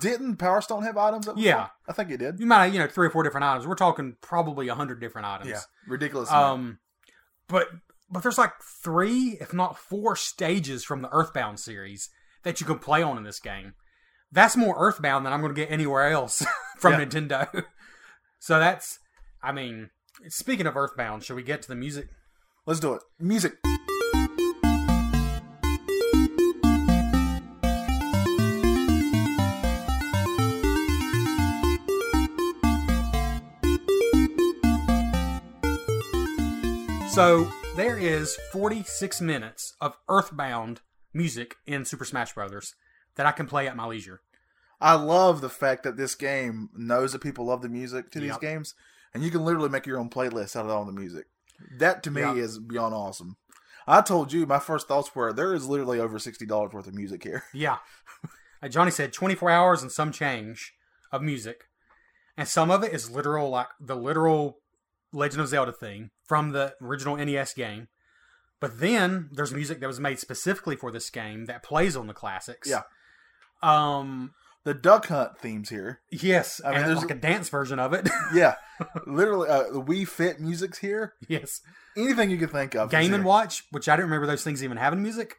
Speaker 2: Didn't Power Stone have items? Up
Speaker 3: Yeah.
Speaker 2: I think it did.
Speaker 3: You might have, you know three or four different items. We're talking probably a hundred different items.
Speaker 2: Yeah, ridiculous. amount.
Speaker 3: Um, but but there's like three, if not four, stages from the Earthbound series that you can play on in this game. That's more Earthbound than I'm going to get anywhere else from
Speaker 2: Yeah.
Speaker 3: Nintendo. so that's, I mean, speaking of Earthbound, should we get to the music?
Speaker 2: Let's do it. Music.
Speaker 3: So there is 46 minutes of Earthbound music in Super Smash Brothers that I can play at my leisure.
Speaker 2: I love the fact that this game knows that people love the music to these
Speaker 3: Yep.
Speaker 2: games, and you can literally make your own playlist out of all the music. That to me
Speaker 3: Yep.
Speaker 2: is beyond awesome. I told you my first thoughts were there is literally over sixty dollars worth of music here.
Speaker 3: Yeah. Uh, Johnny said 24 hours and some change of music. And some of it is literal, like the literal Legend of Zelda thing from the original NES game. But then there's music that was made specifically for this game that plays on the classics.
Speaker 2: Yeah.
Speaker 3: Um.
Speaker 2: The Duck Hunt themes here,
Speaker 3: Yes.
Speaker 2: I mean,
Speaker 3: and
Speaker 2: there's-
Speaker 3: like a dance version of it.
Speaker 2: yeah, literally uh, the We Fit music's here.
Speaker 3: yes.
Speaker 2: Anything you can think of, is
Speaker 3: Game
Speaker 2: here.
Speaker 3: and Watch, which I didn't remember those things even having music.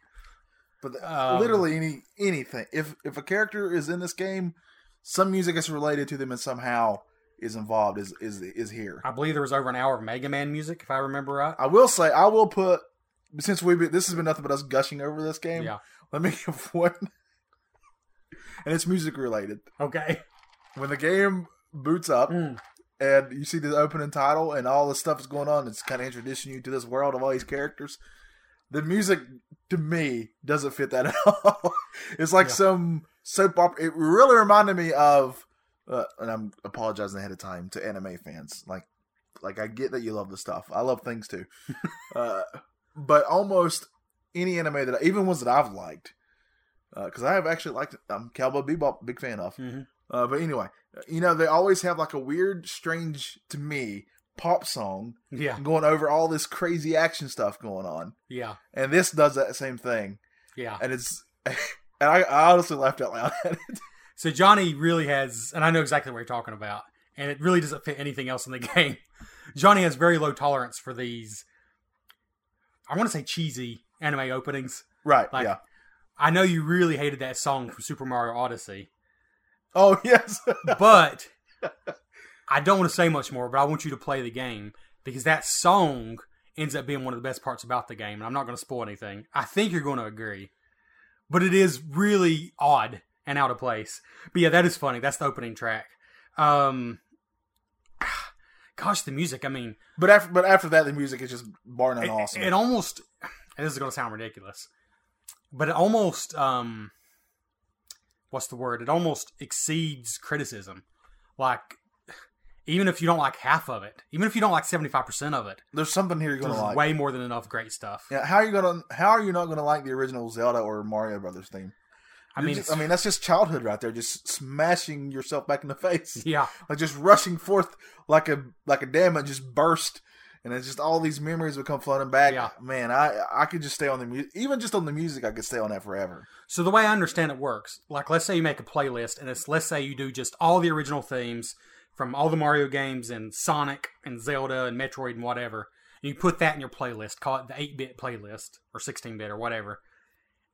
Speaker 2: But the-
Speaker 3: Um,
Speaker 2: literally any anything. If if a character is in this game, some music is related to them and somehow is involved is is is here.
Speaker 3: I believe there was over an hour of Mega Man music, if I remember right.
Speaker 2: I will say I will put since we have this has been nothing but us gushing over this game.
Speaker 3: Yeah.
Speaker 2: Let me give one, and it's music related.
Speaker 3: Okay.
Speaker 2: When the game boots up
Speaker 3: Mm.
Speaker 2: and you see the opening title and all the stuff is going on, it's kind of introducing you to this world of all these characters. The music to me doesn't fit that at all. it's like
Speaker 3: Yeah.
Speaker 2: some soap opera. It really reminded me of, uh, and I'm apologizing ahead of time to anime fans. Like, like I get that you love the stuff. I love things too, uh, but almost any anime uh, that I, even ones that I've liked, because I have actually liked. I'm Cowboy Bebop, big fan of.
Speaker 3: Mhm.
Speaker 2: Uh, but anyway, you know they always have like a weird, strange to me pop song
Speaker 3: Yeah,
Speaker 2: going over all this crazy action stuff going on,
Speaker 3: yeah,
Speaker 2: and this does that same thing,
Speaker 3: yeah.
Speaker 2: and it's and I, I honestly laughed out loud at it.
Speaker 3: So Johnny really has, and I know exactly what you're talking about, and it really doesn't fit anything else in the game. Johnny has very low tolerance for these. I want to say cheesy anime openings.
Speaker 2: Right?
Speaker 3: Like-
Speaker 2: yeah.
Speaker 3: I know you really hated that song from Super Mario Odyssey,
Speaker 2: Oh yes.
Speaker 3: but I don't want to say much more. But I want you to play the game because that song ends up being one of the best parts about the game, and I'm not going to spoil anything. I think you're going to agree, but it is really odd and out of place. But yeah, that is funny. That's the opening track. Um, gosh, the music. I mean,
Speaker 2: but after but after that, the music is just bar none
Speaker 3: it,
Speaker 2: awesome.
Speaker 3: it almost and this is going to sound ridiculous but it almost um what's the word it almost exceeds criticism like even if you don't like half of it even if you don't like 75% of it
Speaker 2: There's something here you're
Speaker 3: there's
Speaker 2: gonna like.
Speaker 3: way more than enough great stuff
Speaker 2: Yeah, how are you gonna? How are you not gonna like the original Zelda or Mario Brothers theme?
Speaker 3: i
Speaker 2: You're
Speaker 3: mean
Speaker 2: just-
Speaker 3: it's-
Speaker 2: I mean that's just childhood right there, just smashing yourself back in the face,
Speaker 3: yeah
Speaker 2: like just rushing forth like a like a dam that just burst, and it's just all these memories would come flooding back.
Speaker 3: Yeah.
Speaker 2: Man, I I could just stay on the music, even just on the music, I could stay on that forever.
Speaker 3: So the way I understand it works, like let's say you make a playlist and it's let's say you do just all the original themes from all the Mario games and Sonic and Zelda and Metroid and whatever, and you put that in your playlist, call it the 8-bit playlist or 16-bit or whatever.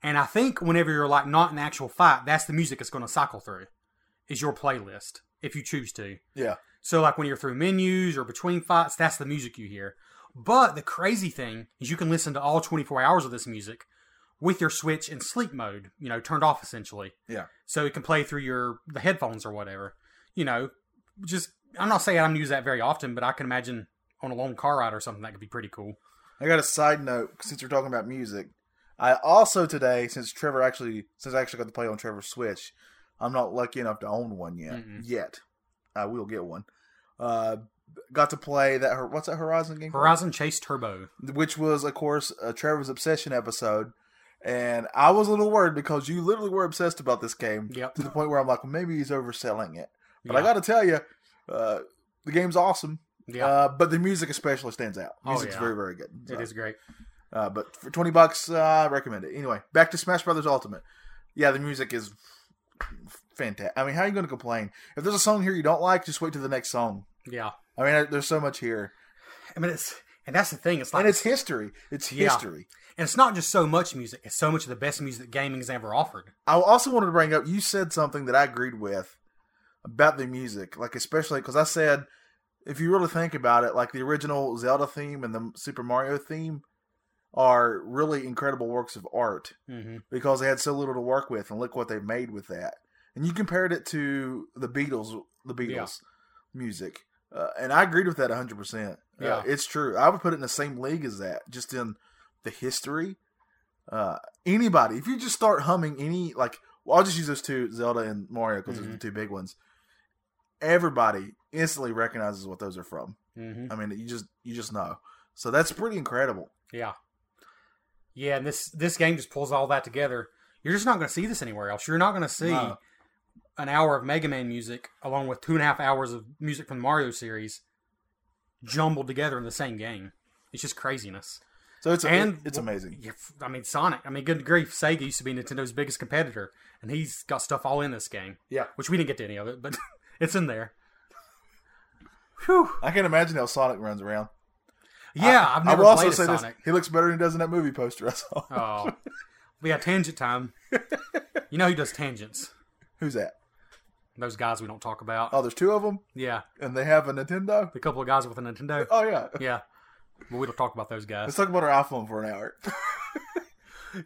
Speaker 3: And I think whenever you're like not in actual fight, that's the music it's going to cycle through is your playlist if you choose to.
Speaker 2: Yeah.
Speaker 3: So like when you're through menus or between fights, that's the music you hear. But the crazy thing is you can listen to all 24 hours of this music with your Switch in sleep mode, you know, turned off essentially.
Speaker 2: Yeah.
Speaker 3: So it can play through your the headphones or whatever. You know, just I'm not saying I'm gonna use that very often, but I can imagine on a long car ride or something that could be pretty cool.
Speaker 2: I got a side note since we're talking about music. I also today, since Trevor actually, since I actually got to play on Trevor's Switch, I'm not lucky enough to own one yet.
Speaker 3: Mm-mm.
Speaker 2: Yet, I will get one. Uh, got to play that. Hor- What's that Horizon game? called?
Speaker 3: Horizon Chase Turbo.
Speaker 2: Which was, of course, uh, Trevor's obsession episode, and I was a little worried because you literally were obsessed about this game
Speaker 3: Yep.
Speaker 2: to the point where I'm like, well, maybe he's overselling it. But I
Speaker 3: Yeah.
Speaker 2: got to tell you, uh, the game's awesome.
Speaker 3: yeah,
Speaker 2: Uh, but the music especially stands out.
Speaker 3: Oh,
Speaker 2: Music's
Speaker 3: yeah.
Speaker 2: very, very good. So.
Speaker 3: it is great.
Speaker 2: Uh, but for twenty bucks, uh, I recommend it. Anyway, back to Smash Brothers Ultimate. Yeah, the music is fantastic. I mean, how are you going to complain if there's a song here you don't like? Just wait till the next song.
Speaker 3: Yeah.
Speaker 2: I mean, there's so much here,
Speaker 3: I mean it's and that's the thing, it's like
Speaker 2: and it's history. It's
Speaker 3: Yeah.
Speaker 2: history.
Speaker 3: and it's not just so much music, it's so much of the best music gaming's ever offered.
Speaker 2: I also wanted to bring up. You said something that I agreed with about the music, like especially because I said if you really think about it, like the original Zelda theme and the Super Mario theme are really incredible works of art.
Speaker 3: Mm-hmm.
Speaker 2: because they had so little to work with, and look what they made with that. And you compared it to the Beatles, the Beatles
Speaker 3: Yeah.
Speaker 2: music, uh, and I agreed with that hundred percent. Uh,
Speaker 3: Yeah.
Speaker 2: it's true. I would put it in the same league as that, just in the history. Uh, anybody, if you just start humming any, like, well, I'll just use those two, Zelda and Mario, because
Speaker 3: Mm-hmm.
Speaker 2: those are the two big ones. Everybody instantly recognizes what those are from.
Speaker 3: Mm-hmm.
Speaker 2: I mean, you just you just know. So that's pretty incredible.
Speaker 3: Yeah. Yeah, and this this game just pulls all that together. You're just not going to see this anywhere else. You're not going to see
Speaker 2: No.
Speaker 3: an hour of Mega Man music along with two and a half hours of music from the Mario series jumbled together in the same game. It's just craziness.
Speaker 2: So it's
Speaker 3: And-
Speaker 2: it's amazing.
Speaker 3: You- I mean, Sonic. I mean, good grief, Sega used to be Nintendo's biggest competitor, and he's got stuff all in this game.
Speaker 2: Yeah.
Speaker 3: which we didn't get to any of it, but it's in there. Whew.
Speaker 2: I can imagine how Sonic runs around.
Speaker 3: Yeah,
Speaker 2: I,
Speaker 3: have
Speaker 2: I
Speaker 3: never
Speaker 2: will also
Speaker 3: played a
Speaker 2: say
Speaker 3: Sonic.
Speaker 2: this: he looks better than he does in that movie poster I saw.
Speaker 3: Oh, we got tangent time. You know who does tangents?
Speaker 2: Who's that?
Speaker 3: Those guys we don't talk about.
Speaker 2: Oh, there's two of them,
Speaker 3: Yeah,
Speaker 2: and they have a Nintendo.
Speaker 3: the couple of guys with a Nintendo.
Speaker 2: Oh yeah.
Speaker 3: Yeah, but we don't talk about those
Speaker 2: Let's
Speaker 3: guys.
Speaker 2: talk about our iPhone for an hour.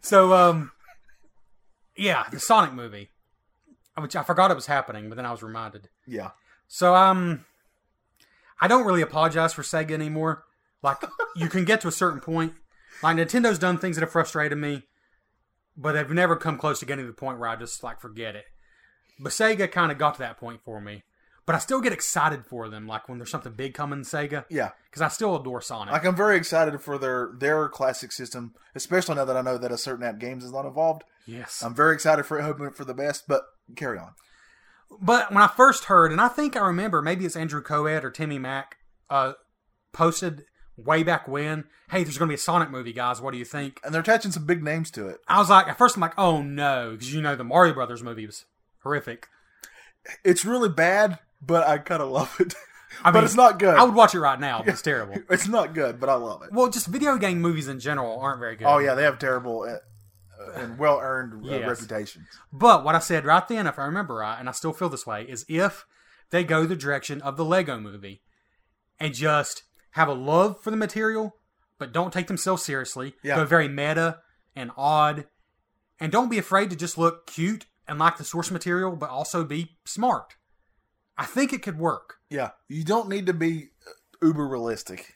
Speaker 3: So, um, yeah, the Sonic movie, which I forgot it was happening, but then I was reminded.
Speaker 2: yeah.
Speaker 3: So, um, I don't really apologize for Sega anymore. Like, you can get to a certain point. Like, Nintendo's done things that have frustrated me, but they've never come close to getting to the point where I just, like, forget it. But Sega kind of got to that point for me. But I still get excited for them, like, when there's something big coming, Sega,
Speaker 2: Yeah.
Speaker 3: because I still adore Sonic.
Speaker 2: Like I'm very excited for their their classic system, especially now that I know that a certain app games is not involved.
Speaker 3: yes.
Speaker 2: I'm very excited for it, hoping for the best. But carry on.
Speaker 3: But when I first heard, and I think I remember, maybe it's Andrew Coed or Timmy Mack, uh, posted way back when, "Hey, there's going to be a Sonic movie, guys. What do you think?"
Speaker 2: And they're attaching some big names to it.
Speaker 3: I was like, at first, I'm like, "Oh no," because you know the Mario Brothers movie was horrific.
Speaker 2: It's really bad, but I kind of love it.
Speaker 3: I
Speaker 2: but
Speaker 3: mean,
Speaker 2: it's not good.
Speaker 3: I would watch it right now. But it's terrible.
Speaker 2: It's not good, but I love it.
Speaker 3: Well, just video game movies in general aren't very good.
Speaker 2: Oh yeah, they have terrible uh, and well earned uh,
Speaker 3: Yes.
Speaker 2: reputations.
Speaker 3: But what I said right then, if I remember right, and I still feel this way, is if they go the direction of the Lego movie and just have a love for the material, but don't take themselves seriously,
Speaker 2: Yeah.
Speaker 3: go very meta and odd, and don't be afraid to just look cute and like the source material, but also be smart. I think it could work.
Speaker 2: Yeah, you don't need to be uh, uber realistic.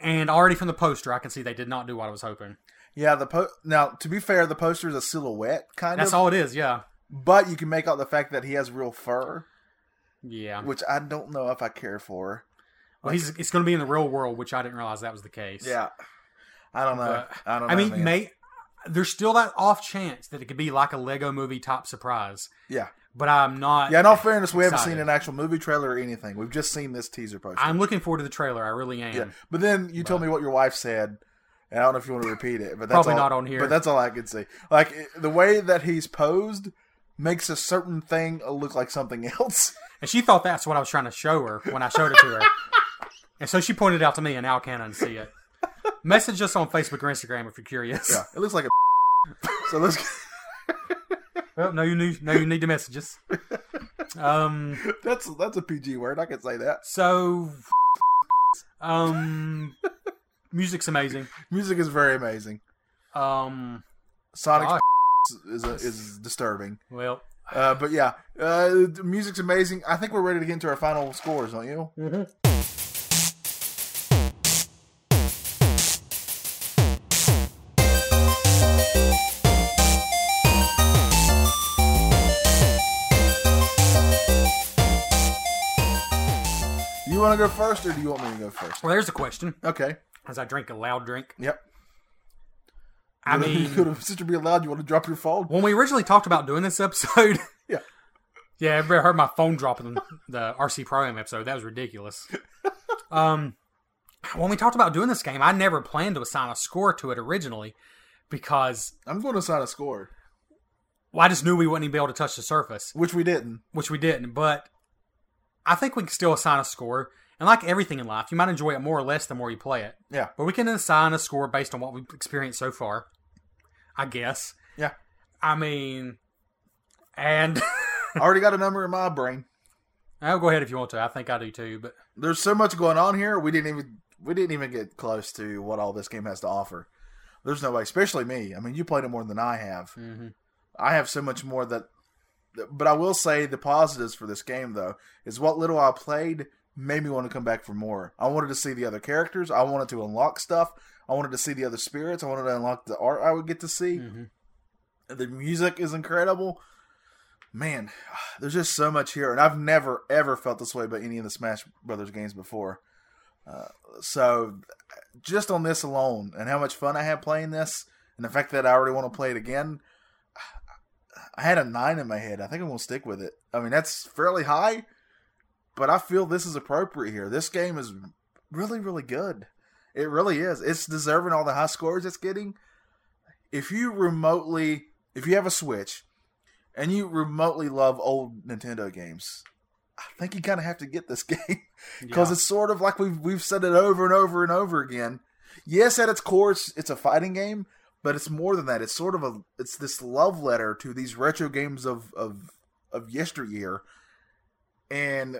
Speaker 3: And already from the poster, I can see they did not do what I was hoping.
Speaker 2: Yeah, the po- now to be fair, the poster is a silhouette kind
Speaker 3: That's
Speaker 2: of,
Speaker 3: all it is, yeah.
Speaker 2: but you can make out the fact that he has real fur,
Speaker 3: Yeah.
Speaker 2: which I don't know if I care for.
Speaker 3: Well, he's, it's going to be in the real world, which I didn't realize that was the case.
Speaker 2: Yeah, I don't know.
Speaker 3: But-
Speaker 2: I don't.
Speaker 3: I
Speaker 2: know,
Speaker 3: mean,
Speaker 2: man.
Speaker 3: may there's still that off chance that it could be like a Lego movie top surprise,
Speaker 2: yeah,
Speaker 3: but I'm not.
Speaker 2: yeah. In all fairness, we haven't
Speaker 3: Excited.
Speaker 2: seen an actual movie trailer or anything. We've just seen this teaser poster.
Speaker 3: I'm looking forward to the trailer. I really am.
Speaker 2: yeah, but then you told me what your wife said. And I don't know if you want to repeat it, but that's
Speaker 3: Probably
Speaker 2: all-
Speaker 3: not on here.
Speaker 2: But that's all I can see. Like it- the way that he's posed makes a certain thing look like something else.
Speaker 3: And she thought that's what I was trying to show her when I showed it to her, and so she pointed it out to me, and now I can't unsee it. Message us on Facebook or Instagram if you're curious.
Speaker 2: Yeah, it looks like a. so let's.
Speaker 3: Well, no, you need, no, you need to message us. Um.
Speaker 2: That's that's a PG word. I can say that.
Speaker 3: So. Um. Music's amazing.
Speaker 2: Music is very amazing.
Speaker 3: Um.
Speaker 2: Sonic
Speaker 3: Gosh.
Speaker 2: is a, is disturbing.
Speaker 3: Well.
Speaker 2: Uh, but yeah, uh, the music's amazing. I think we're ready to get into our final scores, don't you? You want to go first, or do you want me to go first?
Speaker 3: Well, there's a question.
Speaker 2: Okay.
Speaker 3: As I drink a loud drink.
Speaker 2: Yep.
Speaker 3: I
Speaker 2: you could
Speaker 3: mean,
Speaker 2: have sister be allowed. You want to drop your phone?
Speaker 3: when we originally talked about doing this episode,
Speaker 2: Yeah.
Speaker 3: yeah, everybody heard my phone dropping the RC program episode. That was ridiculous. Um, when we talked about doing this game, I never planned to assign a score to it originally because
Speaker 2: I'm going to assign a score,
Speaker 3: well, I just knew we wouldn't even be able to touch the surface,
Speaker 2: which we didn't.
Speaker 3: which we didn't. But I think we can still assign a score. And like everything in life, you might enjoy it more or less the more you play it.
Speaker 2: Yeah.
Speaker 3: But we can assign a score based on what we've experienced so far, I guess.
Speaker 2: Yeah.
Speaker 3: I mean, and
Speaker 2: I already got a number in my brain.
Speaker 3: I'll go ahead if you want to. I think I do too, but
Speaker 2: there's so much going on here. We didn't even we didn't even get close to what all this game has to offer. There's no way, especially me. I mean, you played it more than I have.
Speaker 3: mhm.
Speaker 2: I have so much more that. But I will say the positives for this game though is what little I played made me want to come back for more. I wanted to see the other characters. I wanted to unlock stuff. I wanted to see the other spirits. I wanted to unlock the art I would get to see.
Speaker 3: Mhm.
Speaker 2: The music is incredible. Man, there's just so much here, and I've never ever felt this way about any of the Smash Brothers games before. Uh, so, just on this alone, and how much fun I had playing this, and the fact that I already want to play it again, I had a nine in my head. I think I'm gonna stick with it. I mean, that's fairly high, but I feel this is appropriate here. This game is really, really good. It really is. It's deserving all the high scores it's getting. If you remotely, if you have a Switch, and you remotely love old Nintendo games, I think you kind of have to get this game because
Speaker 3: Yeah.
Speaker 2: it's sort of like we've we've said it over and over and over again. Yes, at its core, it's, it's a fighting game, but it's more than that. It's sort of a it's this love letter to these retro games of of of yesteryear, and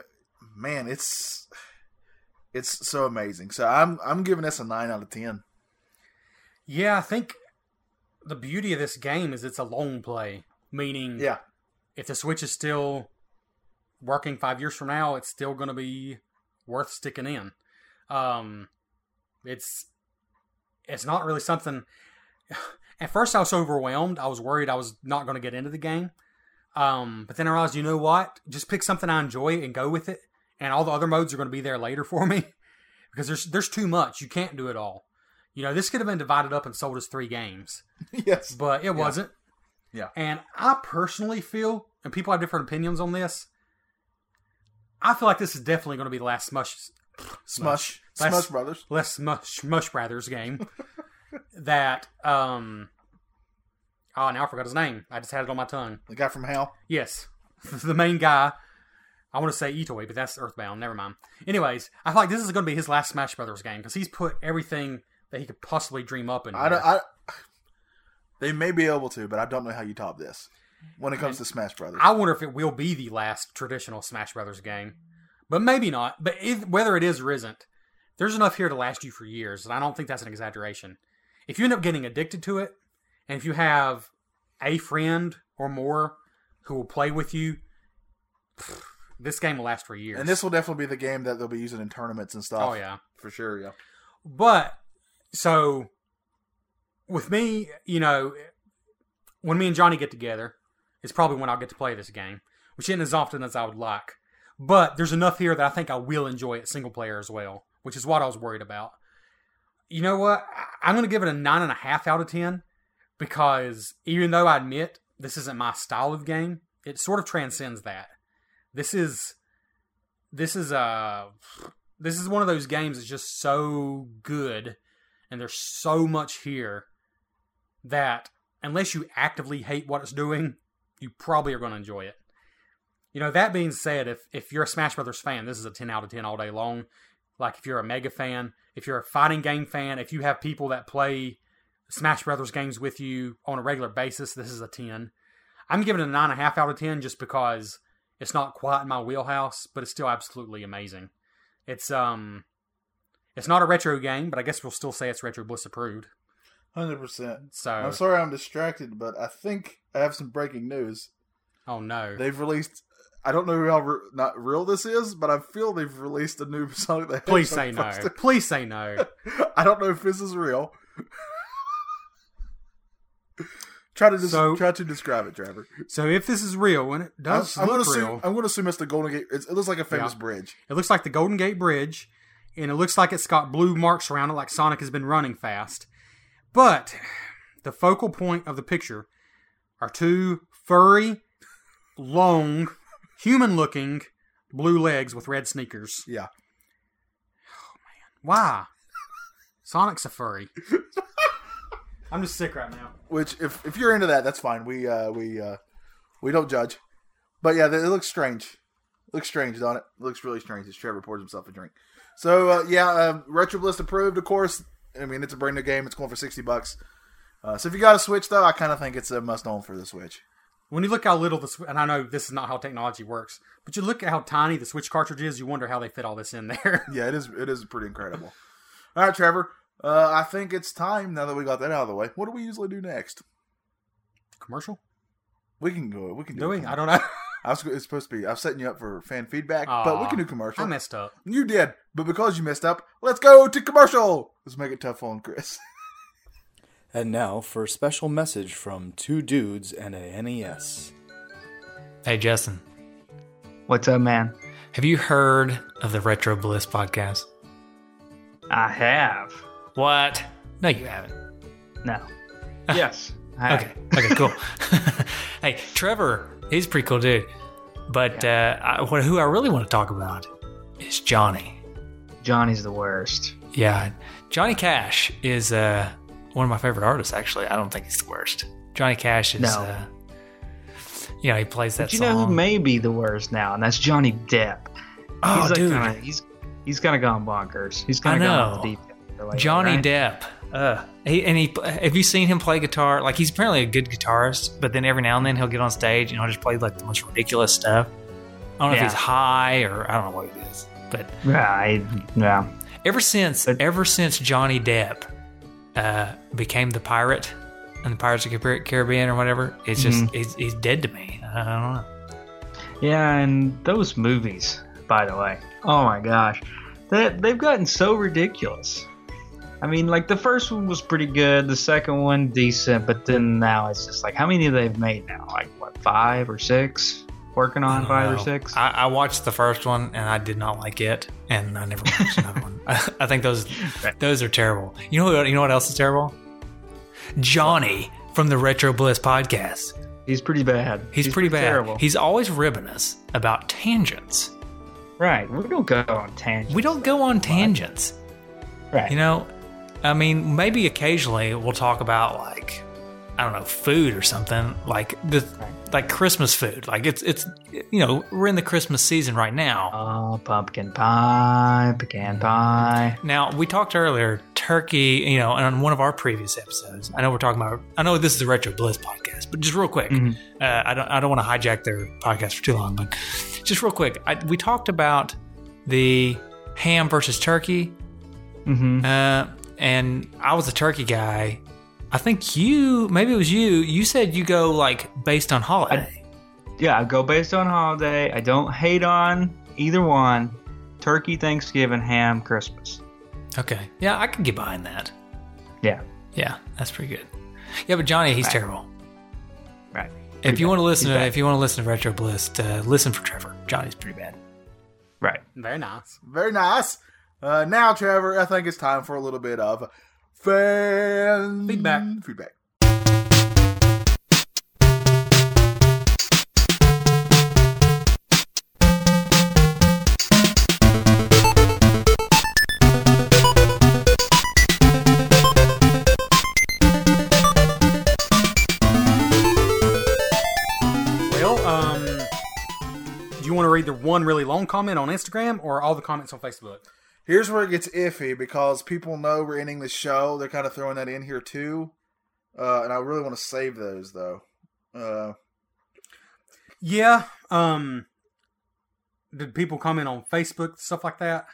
Speaker 2: man, it's it's so amazing. So I'm I'm giving this a nine out of ten.
Speaker 3: yeah, I think the beauty of this game is it's a long play, meaning
Speaker 2: Yeah,
Speaker 3: if the Switch is still working five years from now, it's still going to be worth sticking in. Um, it's it's not really something. At first, I was so overwhelmed. I was worried I was not going to get into the game. Um, but then I realized, you know what? Just pick something I enjoy and go with it. And all the other modes are going to be there later for me because there's there's too much. You can't do it all. You know, this could have been divided up and sold as three games
Speaker 2: yes,
Speaker 3: but it wasn't.
Speaker 2: Yeah.
Speaker 3: And I personally feel, and people have different opinions on this, I feel like this is definitely going to be the last Smush,
Speaker 2: Smush, Smush,
Speaker 3: Last-
Speaker 2: Brothers.
Speaker 3: last Smush, Smush Brothers game. that um, oh now I forgot his name. I just had it on my tongue.
Speaker 2: The guy from Hal.
Speaker 3: Yes, the main guy. I want to say Itoy, but that's Earthbound. Never mind. Anyways, I feel like this is going to be his last Smash Brothers game because he's put everything that he could possibly dream up in.
Speaker 2: I
Speaker 3: there.
Speaker 2: don't. I, they may be able to, but I don't know how you top this when it comes to Smash Brothers.
Speaker 3: I wonder if it will be the last traditional Smash Brothers game, but maybe not. But if, whether it is or isn't, there's enough here to last you for years, and I don't think that's an exaggeration. If you end up getting addicted to it, and if you have a friend or more who will play with you, pfft, this game will last for years.
Speaker 2: and this will definitely be the game that they'll be using in tournaments and stuff.
Speaker 3: oh yeah.
Speaker 2: for sure. Yeah.
Speaker 3: But so with me, you know, when me and Johnny get together, it's probably when I'll get to play this game, which isn't as often as I would like. But there's enough here that I think I will enjoy it single player as well, which is what I was worried about. You know what? I- I'm going to give it a nine and a half out of ten because even though I admit this isn't my style of game, it sort of transcends that. This is this is uh, a this is one of those games that's just so good and there's so much here that unless you actively hate what it's doing you probably are going to enjoy it you know that being said if if you're a smash brothers fan this is a 10 out of 10 all day long like if you're a mega fan if you're a fighting game fan if you have people that play smash brothers games with you on a regular basis this is a 10 i'm giving it a 9.5 out of 10 just because it's not quite in my wheelhouse but it's still absolutely amazing it's um, it's not a retro game, but I guess we'll still say it's retro bliss approved.
Speaker 2: Hundred percent.
Speaker 3: So,
Speaker 2: I'm sorry I'm distracted, but I think I have some breaking news.
Speaker 3: oh no,
Speaker 2: They've released. I don't know how re- not real this is, but I feel they've released a new Sonic the Hedgehog.
Speaker 3: please say no,
Speaker 2: poster.
Speaker 3: please say no.
Speaker 2: I don't know if this is real. try to des-
Speaker 3: So-
Speaker 2: try to describe it, Trevor.
Speaker 3: So if this is real, and it
Speaker 2: I'm,
Speaker 3: does
Speaker 2: I'm gonna
Speaker 3: look
Speaker 2: assume,
Speaker 3: real,
Speaker 2: I'm gonna assume it's the Golden Gate. It's, it looks like a famous
Speaker 3: Yeah.
Speaker 2: bridge.
Speaker 3: it looks like the Golden Gate Bridge, and it looks like it's got blue marks around it, like Sonic has been running fast. But the focal point of the picture are two furry, long, human-looking blue legs with red sneakers.
Speaker 2: Yeah,
Speaker 3: Why? Sonic's a furry. I'm just sick right now.
Speaker 2: which if if you're into that, that's fine. We uh we uh we don't judge. But yeah, th- it looks strange. Looks strange, don't it? Looks really strange as Trevor pours himself a drink. So uh, yeah, uh, Retro Bliss approved, of course. I mean, it's a brand new game. It's going for sixty bucks. Uh, so if you got a Switch, though, I kind of think it's a must own for the Switch.
Speaker 3: When you look how little the Swi- and I know this is not how technology works, but you look at how tiny the Switch cartridge is, you wonder how they fit all this in there.
Speaker 2: Yeah, it is. It is pretty incredible. All right, Trevor. Uh, I think it's time now that we got that out of the way. What do we usually do next?
Speaker 3: Commercial?
Speaker 2: We can go. We can do.
Speaker 3: Do
Speaker 2: it.
Speaker 3: we? I don't know.
Speaker 2: I was, it's supposed to be. I'm setting you up for fan feedback, but we
Speaker 3: Aw,
Speaker 2: can do commercial.
Speaker 3: I messed up.
Speaker 2: you did, but because you messed up, let's go to commercial. Let's make it tough on Chris.
Speaker 4: And now for a special message from two dudes and a E NES.
Speaker 5: Hey, Justin,
Speaker 6: What's up, man?
Speaker 5: have you heard of the Retro Bliss podcast?
Speaker 6: I have.
Speaker 5: What? No, you haven't.
Speaker 6: No. yes. I
Speaker 5: Okay. Okay, cool. hey, Trevor, he's a pretty cool dude. But uh, I, what- who I really want to talk about is Johnny.
Speaker 6: Johnny's the worst.
Speaker 5: Yeah. Johnny Cash is uh, one of my favorite artists, actually. I don't think he's the worst. Johnny Cash is,
Speaker 6: No.
Speaker 5: uh, you know, he plays that
Speaker 6: But you
Speaker 5: song.
Speaker 6: know who may be the worst now, and that's Johnny Depp.
Speaker 5: oh,
Speaker 6: he's like
Speaker 5: dude.
Speaker 6: Kinda, he's he's kind of gone bonkers. He's kind
Speaker 5: I
Speaker 6: of gone off the
Speaker 5: know.
Speaker 6: deep end lately,
Speaker 5: Johnny
Speaker 6: right?
Speaker 5: Depp. Uh, he, and he have you seen him play guitar? Like he's apparently a good guitarist, but then every now and then he'll get on stage and he'll just play like the most ridiculous stuff. I don't know
Speaker 6: Yeah.
Speaker 5: if he's high or I don't know what it is. But
Speaker 6: Right. Yeah.
Speaker 5: ever since
Speaker 6: But-
Speaker 5: ever since Johnny Depp uh, became the pirate and the Pirates of the Caribbean or whatever, it's just
Speaker 6: Mm-hmm.
Speaker 5: he's, he's dead to me. I don't know.
Speaker 6: Yeah, and those movies, by the way. Oh my gosh. That they've gotten so ridiculous. I mean, like the first one was pretty good, the second one decent, but then now it's just like how many they've made now? Like what, five or six? Working
Speaker 5: I
Speaker 6: on
Speaker 5: don't
Speaker 6: five or
Speaker 5: know.
Speaker 6: six?
Speaker 5: I, I watched the first one and I did not like it, and I never watched another one. I, I think those those are terrible. You know what? You know what else is terrible? Johnny from the Retro Bliss podcast.
Speaker 6: He's pretty bad.
Speaker 5: He's, pretty, bad.
Speaker 6: Terrible.
Speaker 5: He's always ribbing us about tangents.
Speaker 6: Right. We don't go on tangents.
Speaker 5: We don't go on tangents.
Speaker 6: Right.
Speaker 5: You know, I mean, maybe occasionally we'll talk about like I don't know, food or something like the like Christmas food. Like it's it's you know we're in the Christmas season right now.
Speaker 6: oh, pumpkin pie, pecan pie.
Speaker 5: Now we talked earlier turkey. You know, on one of our previous episodes. I know we're talking about. I know this is the Retro Bliss podcast, but just real quick, uh, I don't I don't want to hijack their podcast for too long, but just real quick, I, we talked about the ham versus turkey
Speaker 6: Mm-hmm.
Speaker 5: uh, and I was a turkey guy. I think you, maybe it was you. You said you go like based on holiday.
Speaker 6: Yeah, I go based on holiday. I don't hate on either one. Turkey, Thanksgiving, ham, Christmas.
Speaker 5: okay, yeah, I could get behind that.
Speaker 6: Yeah,
Speaker 5: Yeah, that's pretty good. Yeah, but Johnny, he's terrible.
Speaker 6: right.
Speaker 5: if you want to listen, to, if you want to listen to Retro Bliss, uh, listen for Trevor. Johnny's pretty bad.
Speaker 6: Right.
Speaker 3: Very nice.
Speaker 2: Very nice. Uh, now, Trevor, I think it's time for a little bit of fan
Speaker 3: Feedback.
Speaker 2: Feedback.
Speaker 3: Well, um, do you want to read the one really long comment on Instagram or all the comments on Facebook?
Speaker 2: Here's where it gets iffy because people know we're ending the show. They're kind of throwing that in here too, uh, and I really want to save those though. Uh,
Speaker 3: Yeah. Um, did people comment on Facebook stuff like that?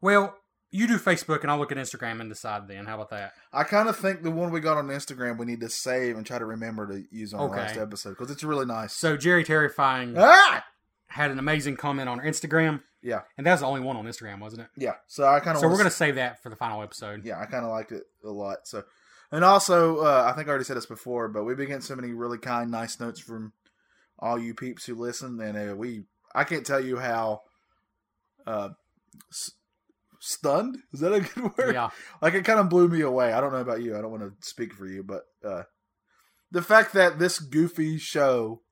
Speaker 3: Well, you do Facebook, and I'll look at Instagram and decide. Then, how about that?
Speaker 2: I kind of think the one we got on Instagram we need to save and try to remember to use on
Speaker 3: Okay. Mm.
Speaker 2: the last episode because it's really nice.
Speaker 3: So Jerry Terrifying
Speaker 2: Ah,
Speaker 3: had an amazing comment on her Instagram,
Speaker 2: yeah,
Speaker 3: and that was the only one on Instagram, wasn't it?
Speaker 2: yeah. So I kind of
Speaker 3: So we're gonna save that for the final episode.
Speaker 2: yeah, I kind of liked it a lot. So, and also, uh, I think I already said this before, but we've been getting so many really kind, nice notes from all you peeps who listen, and uh, we I can't tell you how uh, s- stunned is that a good word?
Speaker 3: Yeah.
Speaker 2: Like it kind of blew me away. I don't know about you. I don't want to speak for you, but uh, the fact that this goofy show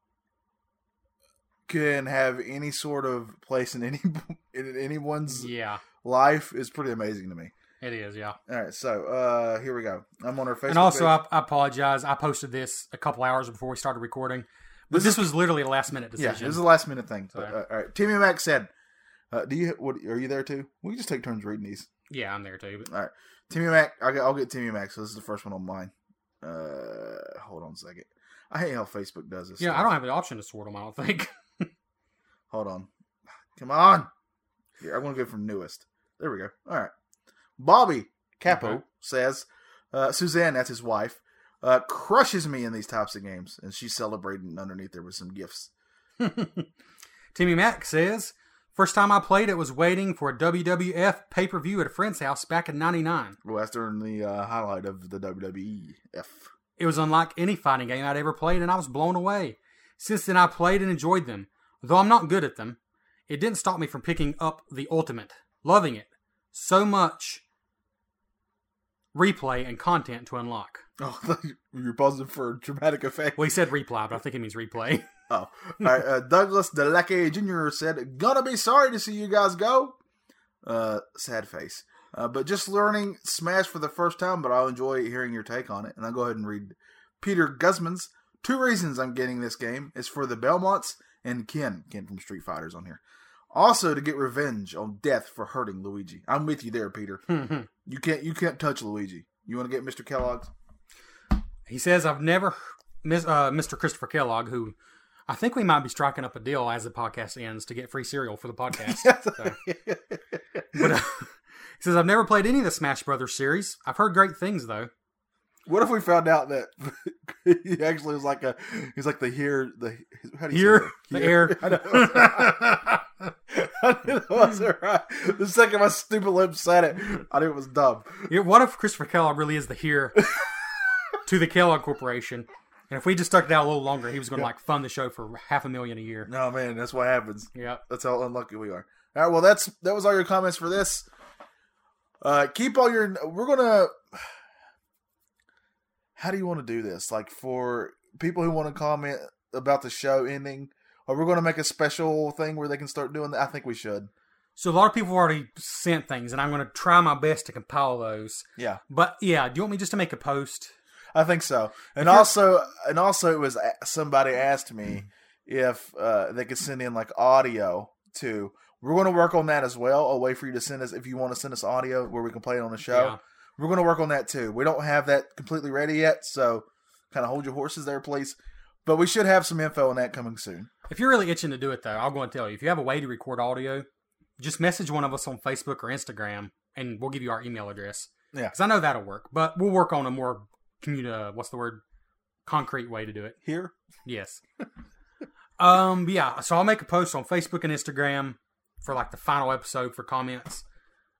Speaker 2: can have any sort of place in any in anyone's
Speaker 3: Yeah.
Speaker 2: life is pretty amazing to me.
Speaker 3: It is. Yeah.
Speaker 2: All right, so uh here we go. I'm on her Facebook.
Speaker 3: and also,
Speaker 2: page.
Speaker 3: I, I apologize. I posted this a couple hours before we started recording, but this, was literally a last minute
Speaker 2: yeah,
Speaker 3: decision.
Speaker 2: this is the last minute thing. But,
Speaker 3: Sorry.
Speaker 2: uh, all right, Timmy Mac said, uh, "Do you what, are you there too? We can just take turns reading these."
Speaker 3: Yeah, I'm there too. But
Speaker 2: Timmy Mac, I'll get, I'll get Timmy Mac. So this is the first one on mine. Uh, hold on a second. I hate how Facebook does this.
Speaker 3: yeah,
Speaker 2: stuff.
Speaker 3: I don't have the option to sort them. I don't think.
Speaker 2: Hold on. Come on. Here, I'm going to go from newest. There we go. All right. Bobby Capo
Speaker 3: Okay.
Speaker 2: says uh, Suzanne, that's his wife, uh, crushes me in these types of games. And she's celebrating underneath there with some gifts.
Speaker 3: Timmy Mack says, First time I played it was waiting for a WWF pay per view at a friend's house back in 99.
Speaker 2: Well, that's during the uh, highlight of the WWE F.
Speaker 3: It was unlike any fighting game I'd ever played, and I was blown away. Since then, I played and enjoyed them. Though I'm not good at them, it didn't stop me from picking up the Ultimate, loving it. So much replay and content to unlock.
Speaker 2: Oh, I thought you- you were pausing for dramatic effect.
Speaker 3: Well, he said replay, but I think he means replay.
Speaker 2: Oh, all right. Uh, Douglas Deleke Jr. said, "Gonna be sorry to see you guys go." Uh, sad face. Uh, but just learning Smash for the first time, but I'll enjoy hearing your take on it. And I'll go ahead and read Peter Guzman's two reasons I'm getting this game is for the Belmonts and Ken. Ken from Street Fighters on here. Also to get revenge on death for hurting Luigi. I'm with you there, Peter. you can't you can't touch Luigi. You want to get Mr. Kellogg's?
Speaker 3: He says, I've never, Miss- uh, Mr. Christopher Kellogg, who I think we might be striking up a deal as the podcast ends to get free cereal for the podcast. So- But, uh, he says, I've never played any of the Smash Brothers series. I've heard great things, though.
Speaker 2: What if we found out that he actually was like a he's like the here the how do you
Speaker 3: Here,
Speaker 2: say
Speaker 3: the
Speaker 2: that?
Speaker 3: air.
Speaker 2: I know. I knew that wasn't right. The second my stupid lips said it, I knew it was dumb.
Speaker 3: Yeah, what if Christopher Kellogg really is the here to the Kellogg Corporation? And if we just stuck it out a little longer, he was going to like fund the show for half a million a year.
Speaker 2: No man, that's what happens.
Speaker 3: Yeah.
Speaker 2: That's how unlucky we are. All right, well that's that was all your comments for this. Uh keep all your we're gonna how do you want to do this? Like for people who want to comment about the show ending Are we going to make a special thing where they can start doing that? I think we should.
Speaker 3: So a lot of people already sent things, and I'm going to try my best to compile those.
Speaker 2: Yeah,
Speaker 3: But yeah, do you want me just to make a post?
Speaker 2: I think so. And
Speaker 3: you're-
Speaker 2: also, and also, it was a- somebody asked me if uh, they could send in like audio too. We're going to work on that as well. A way for you to send us if you want to send us audio where we can play it on the show.
Speaker 3: Yeah.
Speaker 2: We're going to work on that too. We don't have that completely ready yet, so kind of hold your horses there, please. But we should have some info on that coming soon.
Speaker 3: If you're really itching to do it, though, I'll go and tell you. If you have a way to record audio, just message one of us on Facebook or Instagram, and we'll give you our email address.
Speaker 2: Yeah.
Speaker 3: Because I know that'll work, but we'll work on a more, commu- uh, what's the word, concrete way to do it.
Speaker 2: Here,
Speaker 3: Yes. um. Yeah. So I'll make a post on Facebook and Instagram for like the final episode for comments.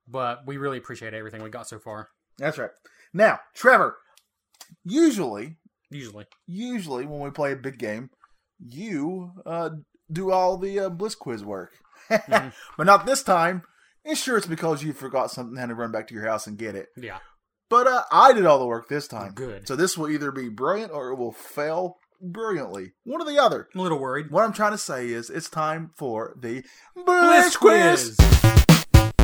Speaker 3: But we really appreciate everything we got so far.
Speaker 2: that's right. Now, Trevor, usually
Speaker 3: Usually.
Speaker 2: usually when we play a big game, you uh, do all the uh, Bliss quiz work. But not this time. And sure, it's because you forgot something, had to run back to your house and get it.
Speaker 3: Yeah.
Speaker 2: But uh, I did all the work this time.
Speaker 3: Good.
Speaker 2: So this will either be brilliant or it will fail brilliantly. One or the other.
Speaker 3: I'm a little worried.
Speaker 2: What I'm trying to say is it's time for the Bliss,
Speaker 3: Bliss
Speaker 2: quiz.
Speaker 3: quiz.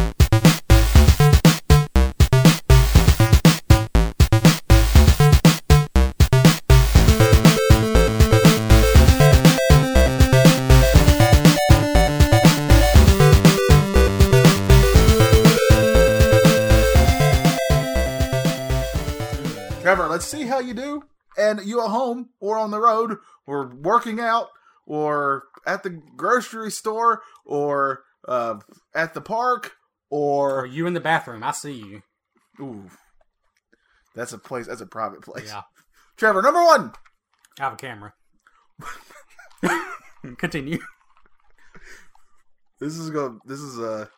Speaker 2: Trevor, let's see how you do. And you at home or on the road or working out or at the grocery store or uh, at the park
Speaker 3: Are
Speaker 2: or
Speaker 3: you in the bathroom? I see you.
Speaker 2: ooh, that's a place. That's a private place.
Speaker 3: Yeah.
Speaker 2: Trevor, number one.
Speaker 3: I have a camera. Continue.
Speaker 2: This is going. to This is a.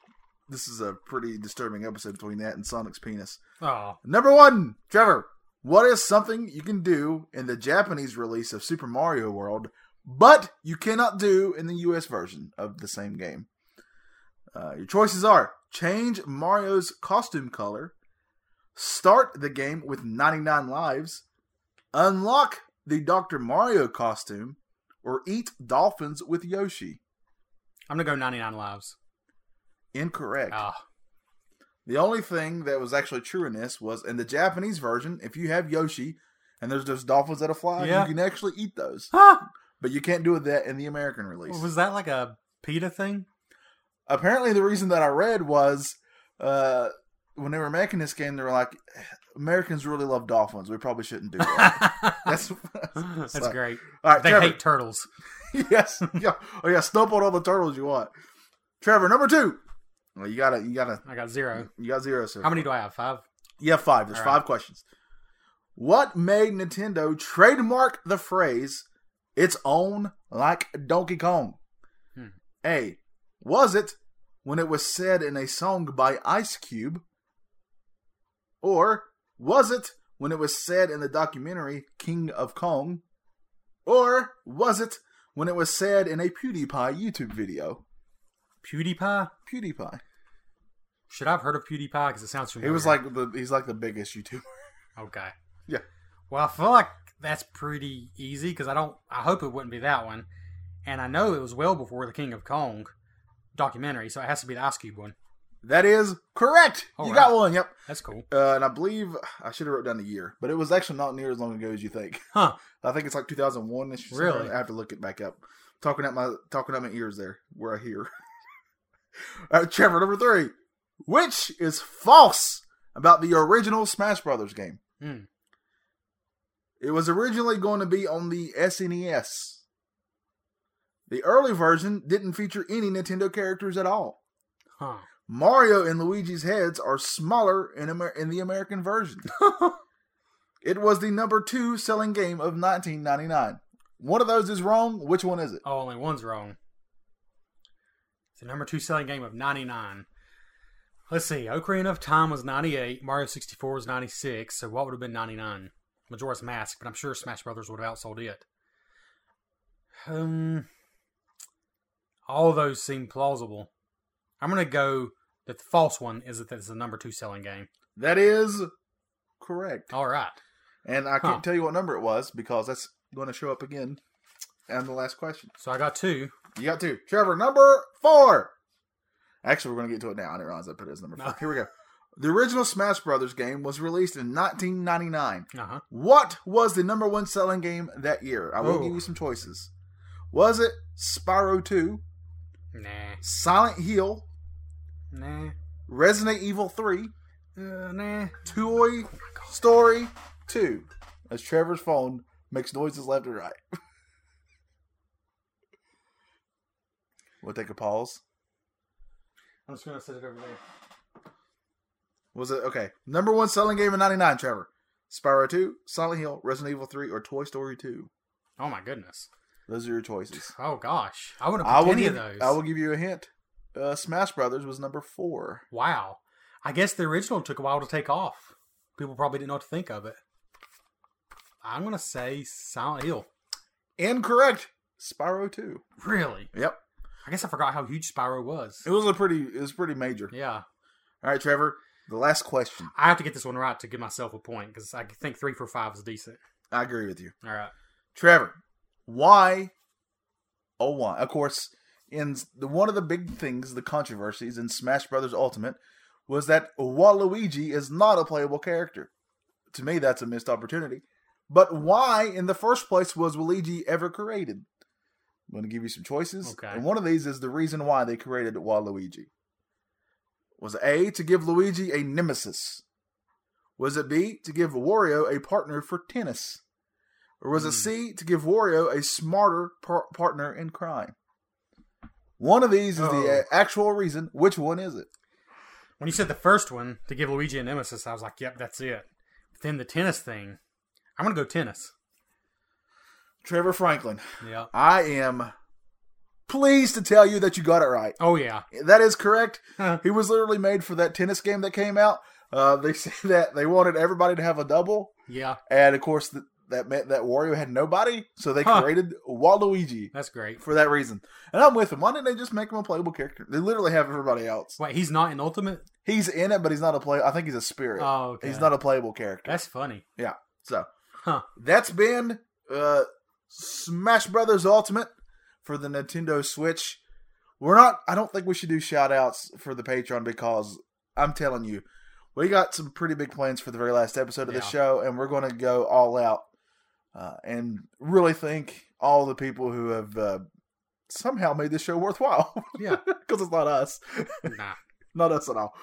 Speaker 2: This is a pretty disturbing episode between that and Sonic's penis.
Speaker 3: Oh,
Speaker 2: Number one, Trevor. What is something you can do in the Japanese release of Super Mario World, but you cannot do in the US version of the same game? Uh, your choices are change Mario's costume color, start the game with 99 lives, unlock the Dr. Mario costume, or eat dolphins with Yoshi.
Speaker 3: I'm gonna go 99 lives.
Speaker 2: Incorrect.
Speaker 3: Ah,
Speaker 2: The only thing that was actually true in this was in the Japanese version, if you have Yoshi and there's those dolphins that'll fly,
Speaker 3: Yeah.
Speaker 2: you can actually eat those.
Speaker 3: Huh?
Speaker 2: But you can't do that in the American release.
Speaker 3: was that like a PETA thing?
Speaker 2: Apparently, the reason that I read was uh, when they were making this game, they were like, Americans really love dolphins. We probably shouldn't do that. That's,
Speaker 3: That's
Speaker 2: so-
Speaker 3: great.
Speaker 2: All right,
Speaker 3: They
Speaker 2: Trevor.
Speaker 3: hate turtles.
Speaker 2: yes. Yeah. Oh, yeah. Stomp on all the turtles you want. Trevor, number two. Well, you gotta, you gotta,
Speaker 3: I got zero.
Speaker 2: you got zero, sir.
Speaker 3: How many do I have? Five.
Speaker 2: You have five. There's
Speaker 3: All right.
Speaker 2: five questions. What made Nintendo trademark the phrase "its own like Donkey Kong"?
Speaker 3: Hmm.
Speaker 2: A. Was it when it was said in a song by Ice Cube, or was it when it was said in the documentary King of Kong, or was it when it was said in a PewDiePie YouTube video?
Speaker 3: PewDiePie.
Speaker 2: PewDiePie.
Speaker 3: Should I have heard of PewDiePie? Because it sounds
Speaker 2: He
Speaker 3: familiar.
Speaker 2: was like the he's like the biggest YouTuber.
Speaker 3: okay.
Speaker 2: Yeah.
Speaker 3: Well, I feel like that's pretty easy because I don't. I hope it wouldn't be that one, and I know it was well before the King of Kong documentary, so it has to be the Ice Cube one.
Speaker 2: That is correct.
Speaker 3: All
Speaker 2: you
Speaker 3: right.
Speaker 2: got one. Yep.
Speaker 3: That's cool.
Speaker 2: Uh, and I believe I should have wrote down the year, but it was actually not near as long ago as you think.
Speaker 3: Huh?
Speaker 2: I think it's like 2001. -ish or something.
Speaker 3: Really?
Speaker 2: I have to look it back up. Talking at my talking at my ears there, where I hear. All right, Trevor, number three, which is false about the original Smash Brothers game?
Speaker 3: Hmm.
Speaker 2: It was originally going to be on the SNES. The early version didn't feature any Nintendo characters at all.
Speaker 3: Huh?
Speaker 2: Mario and Luigi's heads are smaller in, Amer- in the American version. it was the number two selling game of 1999. One of those is wrong. Which one is it?
Speaker 3: Oh, only one's wrong. It's the number two selling game of 99. Let's see. Ocarina of Time was 98. Mario 64 was 96. So what would have been 99? Majora's Mask, but I'm sure Smash Brothers would have outsold it. Um, all those seem plausible. I'm gonna go that the false one is that it's the number two selling game.
Speaker 2: That is correct.
Speaker 3: All right.
Speaker 2: And I can't
Speaker 3: Huh.
Speaker 2: tell you what number it was because that's going to show up again and the last question.
Speaker 3: So I got two.
Speaker 2: You got two. Trevor, number four. Actually, we're going to get to it now. I didn't realize I put it as number four.
Speaker 3: No.
Speaker 2: Here we go. The original Smash Brothers game was released in 1999.
Speaker 3: Uh huh.
Speaker 2: What was the number one selling game that year? I will
Speaker 3: Ooh.
Speaker 2: give you some choices. Was it Spyro 2,
Speaker 3: Nah.
Speaker 2: Silent Hill,
Speaker 3: Nah.
Speaker 2: Resident Evil 3,
Speaker 3: Uh, nah.
Speaker 2: Toy Story 2? As Trevor's phone makes noises left and right. we'll take a pause.
Speaker 3: I'm just gonna set it over there.
Speaker 2: Was it okay? Number one selling game in '99, Trevor. Spyro 2, Silent Hill, Resident Evil 3, or Toy Story 2.
Speaker 3: Oh my goodness.
Speaker 2: Those are your choices.
Speaker 3: Oh gosh. I wouldn't
Speaker 2: I
Speaker 3: have
Speaker 2: will,
Speaker 3: picked any
Speaker 2: give,
Speaker 3: of those.
Speaker 2: I will give you a hint. Uh, Smash Brothers was number four.
Speaker 3: Wow. I guess the original took a while to take off. People probably didn't know what to think of it. I'm gonna say Silent Hill.
Speaker 2: Incorrect. Spyro 2.
Speaker 3: Really?
Speaker 2: Yep.
Speaker 3: I guess I forgot how huge Spyro was.
Speaker 2: It was a pretty. It was pretty major.
Speaker 3: Yeah.
Speaker 2: All right, Trevor. The last question.
Speaker 3: I have to get this one right to give myself a point because I think three for five is decent.
Speaker 2: I agree with you,
Speaker 3: All right.
Speaker 2: Trevor. Why? Oh, why? Of course. In the one of the big things, the controversies in Smash Brothers Ultimate was that Waluigi is not a playable character. To me, that's a missed opportunity. But why, in the first place, was Waluigi ever created? I'm going to give you some choices.
Speaker 3: Okay.
Speaker 2: And one of these is the reason why they created Waluigi. Was it A, to give Luigi a nemesis? Was it B, to give Wario a partner for tennis? Or was it
Speaker 3: Hmm.
Speaker 2: C, to give Wario a smarter par- partner in crime? One of these is the
Speaker 3: Oh.
Speaker 2: uh, actual reason. Which one is it?
Speaker 3: When you said the first one to give Luigi a nemesis, I was like, yep, that's it. But then the tennis thing, I'm gonna go tennis.
Speaker 2: Trevor Franklin.
Speaker 3: Yeah.
Speaker 2: I am pleased to tell you that you got it right.
Speaker 3: Oh yeah.
Speaker 2: That is correct.
Speaker 3: Huh.
Speaker 2: He was literally made for that tennis game that came out. Uh, they said that they wanted everybody to have a double,
Speaker 3: Yeah.
Speaker 2: and of course th- that meant that Wario had nobody, so they
Speaker 3: Huh.
Speaker 2: created Waluigi
Speaker 3: That's great.
Speaker 2: for that reason. And I'm with him. Why didn't they just make him a playable character? They literally have everybody else.
Speaker 3: Wait, he's not in Ultimate?
Speaker 2: He's in it, but he's not a play. I think he's a spirit.
Speaker 3: Oh, okay.
Speaker 2: He's not a playable character.
Speaker 3: That's funny.
Speaker 2: So
Speaker 3: Huh.
Speaker 2: that's been uh, Smash Brothers Ultimate for the Nintendo Switch. We're not. I don't think we should do shout outs for the Patreon because I'm telling you, we got some pretty big plans for the very last episode of the
Speaker 3: Yeah.
Speaker 2: show, and we're going to go all out uh, and really thank all the people who have uh, somehow made this show worthwhile
Speaker 3: Yeah.
Speaker 2: because it's not us
Speaker 3: nah.
Speaker 2: not us at all.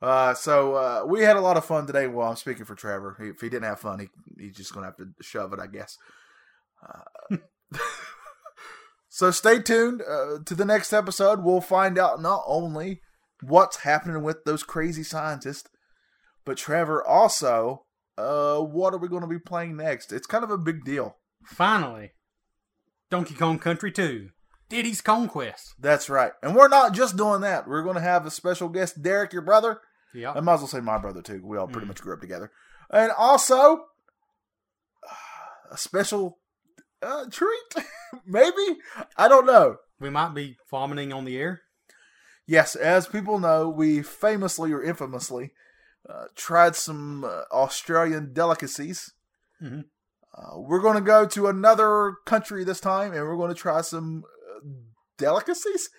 Speaker 2: Uh, so uh, we had a lot of fun today. Well, I'm speaking for Trevor. He- If he didn't have fun, he, he's just gonna have to shove it, I guess. Uh, so stay tuned uh, to the next episode. We'll find out not only what's happening with those crazy scientists, but Trevor also. Uh, what are we going to be playing next? It's kind of a big deal.
Speaker 3: Finally. Donkey Kong Country 2. Diddy's Conquest.
Speaker 2: That's right, and we're not just doing that. We're going to have a special guest, Derek, your brother.
Speaker 3: Yeah.
Speaker 2: I might as well say my brother too. We all pretty
Speaker 3: Mm.
Speaker 2: much grew up together. And also a special uh, treat, maybe I don't know.
Speaker 3: we might be vomiting on the air.
Speaker 2: Yes, as people know, we famously or infamously uh, tried some uh, Australian delicacies.
Speaker 3: Mhm.
Speaker 2: Uh, we're going to go to another country this time, and we're going to try some uh, delicacies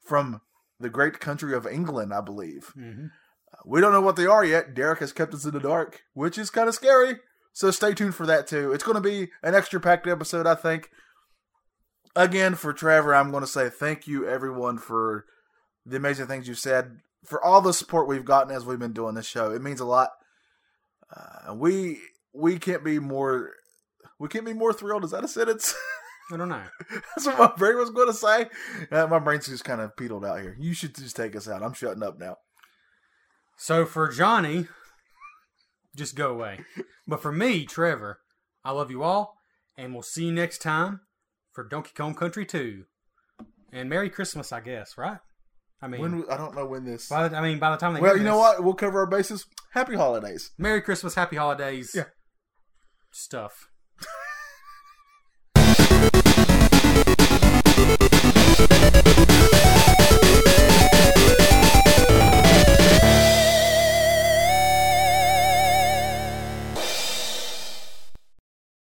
Speaker 2: from the great country of England, I believe.
Speaker 3: Mm-hmm.
Speaker 2: We don't know what they are yet. Derek has kept us in the dark, which is kind of scary. So stay tuned for that too. It's going to be an extra packed episode, I think. Again, for Trevor, I'm going to say thank you everyone for the amazing things you said, for all the support we've gotten as we've been doing this show. It means a lot. Uh, we we can't be more we can't be more thrilled. Is that a sentence?
Speaker 3: I don't know.
Speaker 2: That's what my brain was going to say. Uh, my brain's just kind of peeled out here. You should just take us out. I'm shutting up now.
Speaker 3: So for Johnny, just go away. But for me, Trevor, I love you all, and we'll see you next time for Donkey Kong Country 2. And Merry Christmas, I guess, right? I mean,
Speaker 2: When I don't know when this.
Speaker 3: by the, I mean by the time they
Speaker 2: Well,
Speaker 3: hear
Speaker 2: you know
Speaker 3: this,
Speaker 2: what? We'll cover our bases. Happy holidays.
Speaker 3: Merry Christmas, Happy Holidays,
Speaker 2: Yeah.
Speaker 3: stuff.